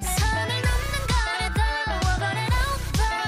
선을 넘는 거래 더워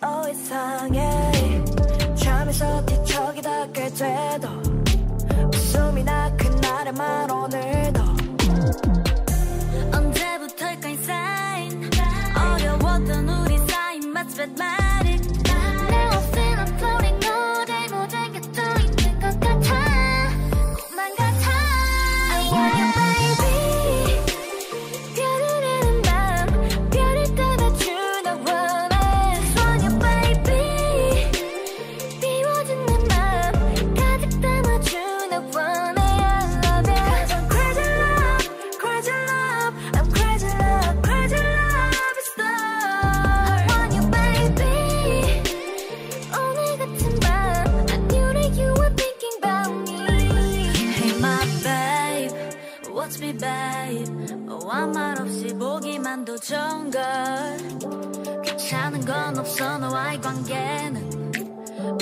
더 이상해 잠에서 뒤척이다 깰 때도 웃음이 나 그날의 말 오늘도 언제부터일까 이 사인 어려웠던 우리 사인 Must be magic 내 옷은 floating all day 모든 게또 있는 것 같아 꿈만 같아 I want you baby 별을 잃은 밤 별을 떠나주는 원해 Just want you baby 비워진 내 맘 가득 담아주는 원해 I love you Cause I'm crazy love crazy love I'm crazy love crazy love is love I want you baby 오늘 같은 밤 I knew that you were thinking about me Hey my babe Watch me babe 어, 아무 말 없이 보기만도 좋은걸 귀찮은 건 없어 너와의 관계는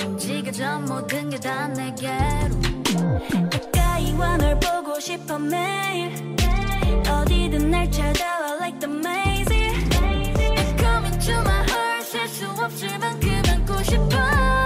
움직여져 모든 게 다 내게로 가까이와 널 보고 싶어 매일 어디든 날 찾아와 like the maze Come into my heart 셀수 없을 만큼 안고 싶어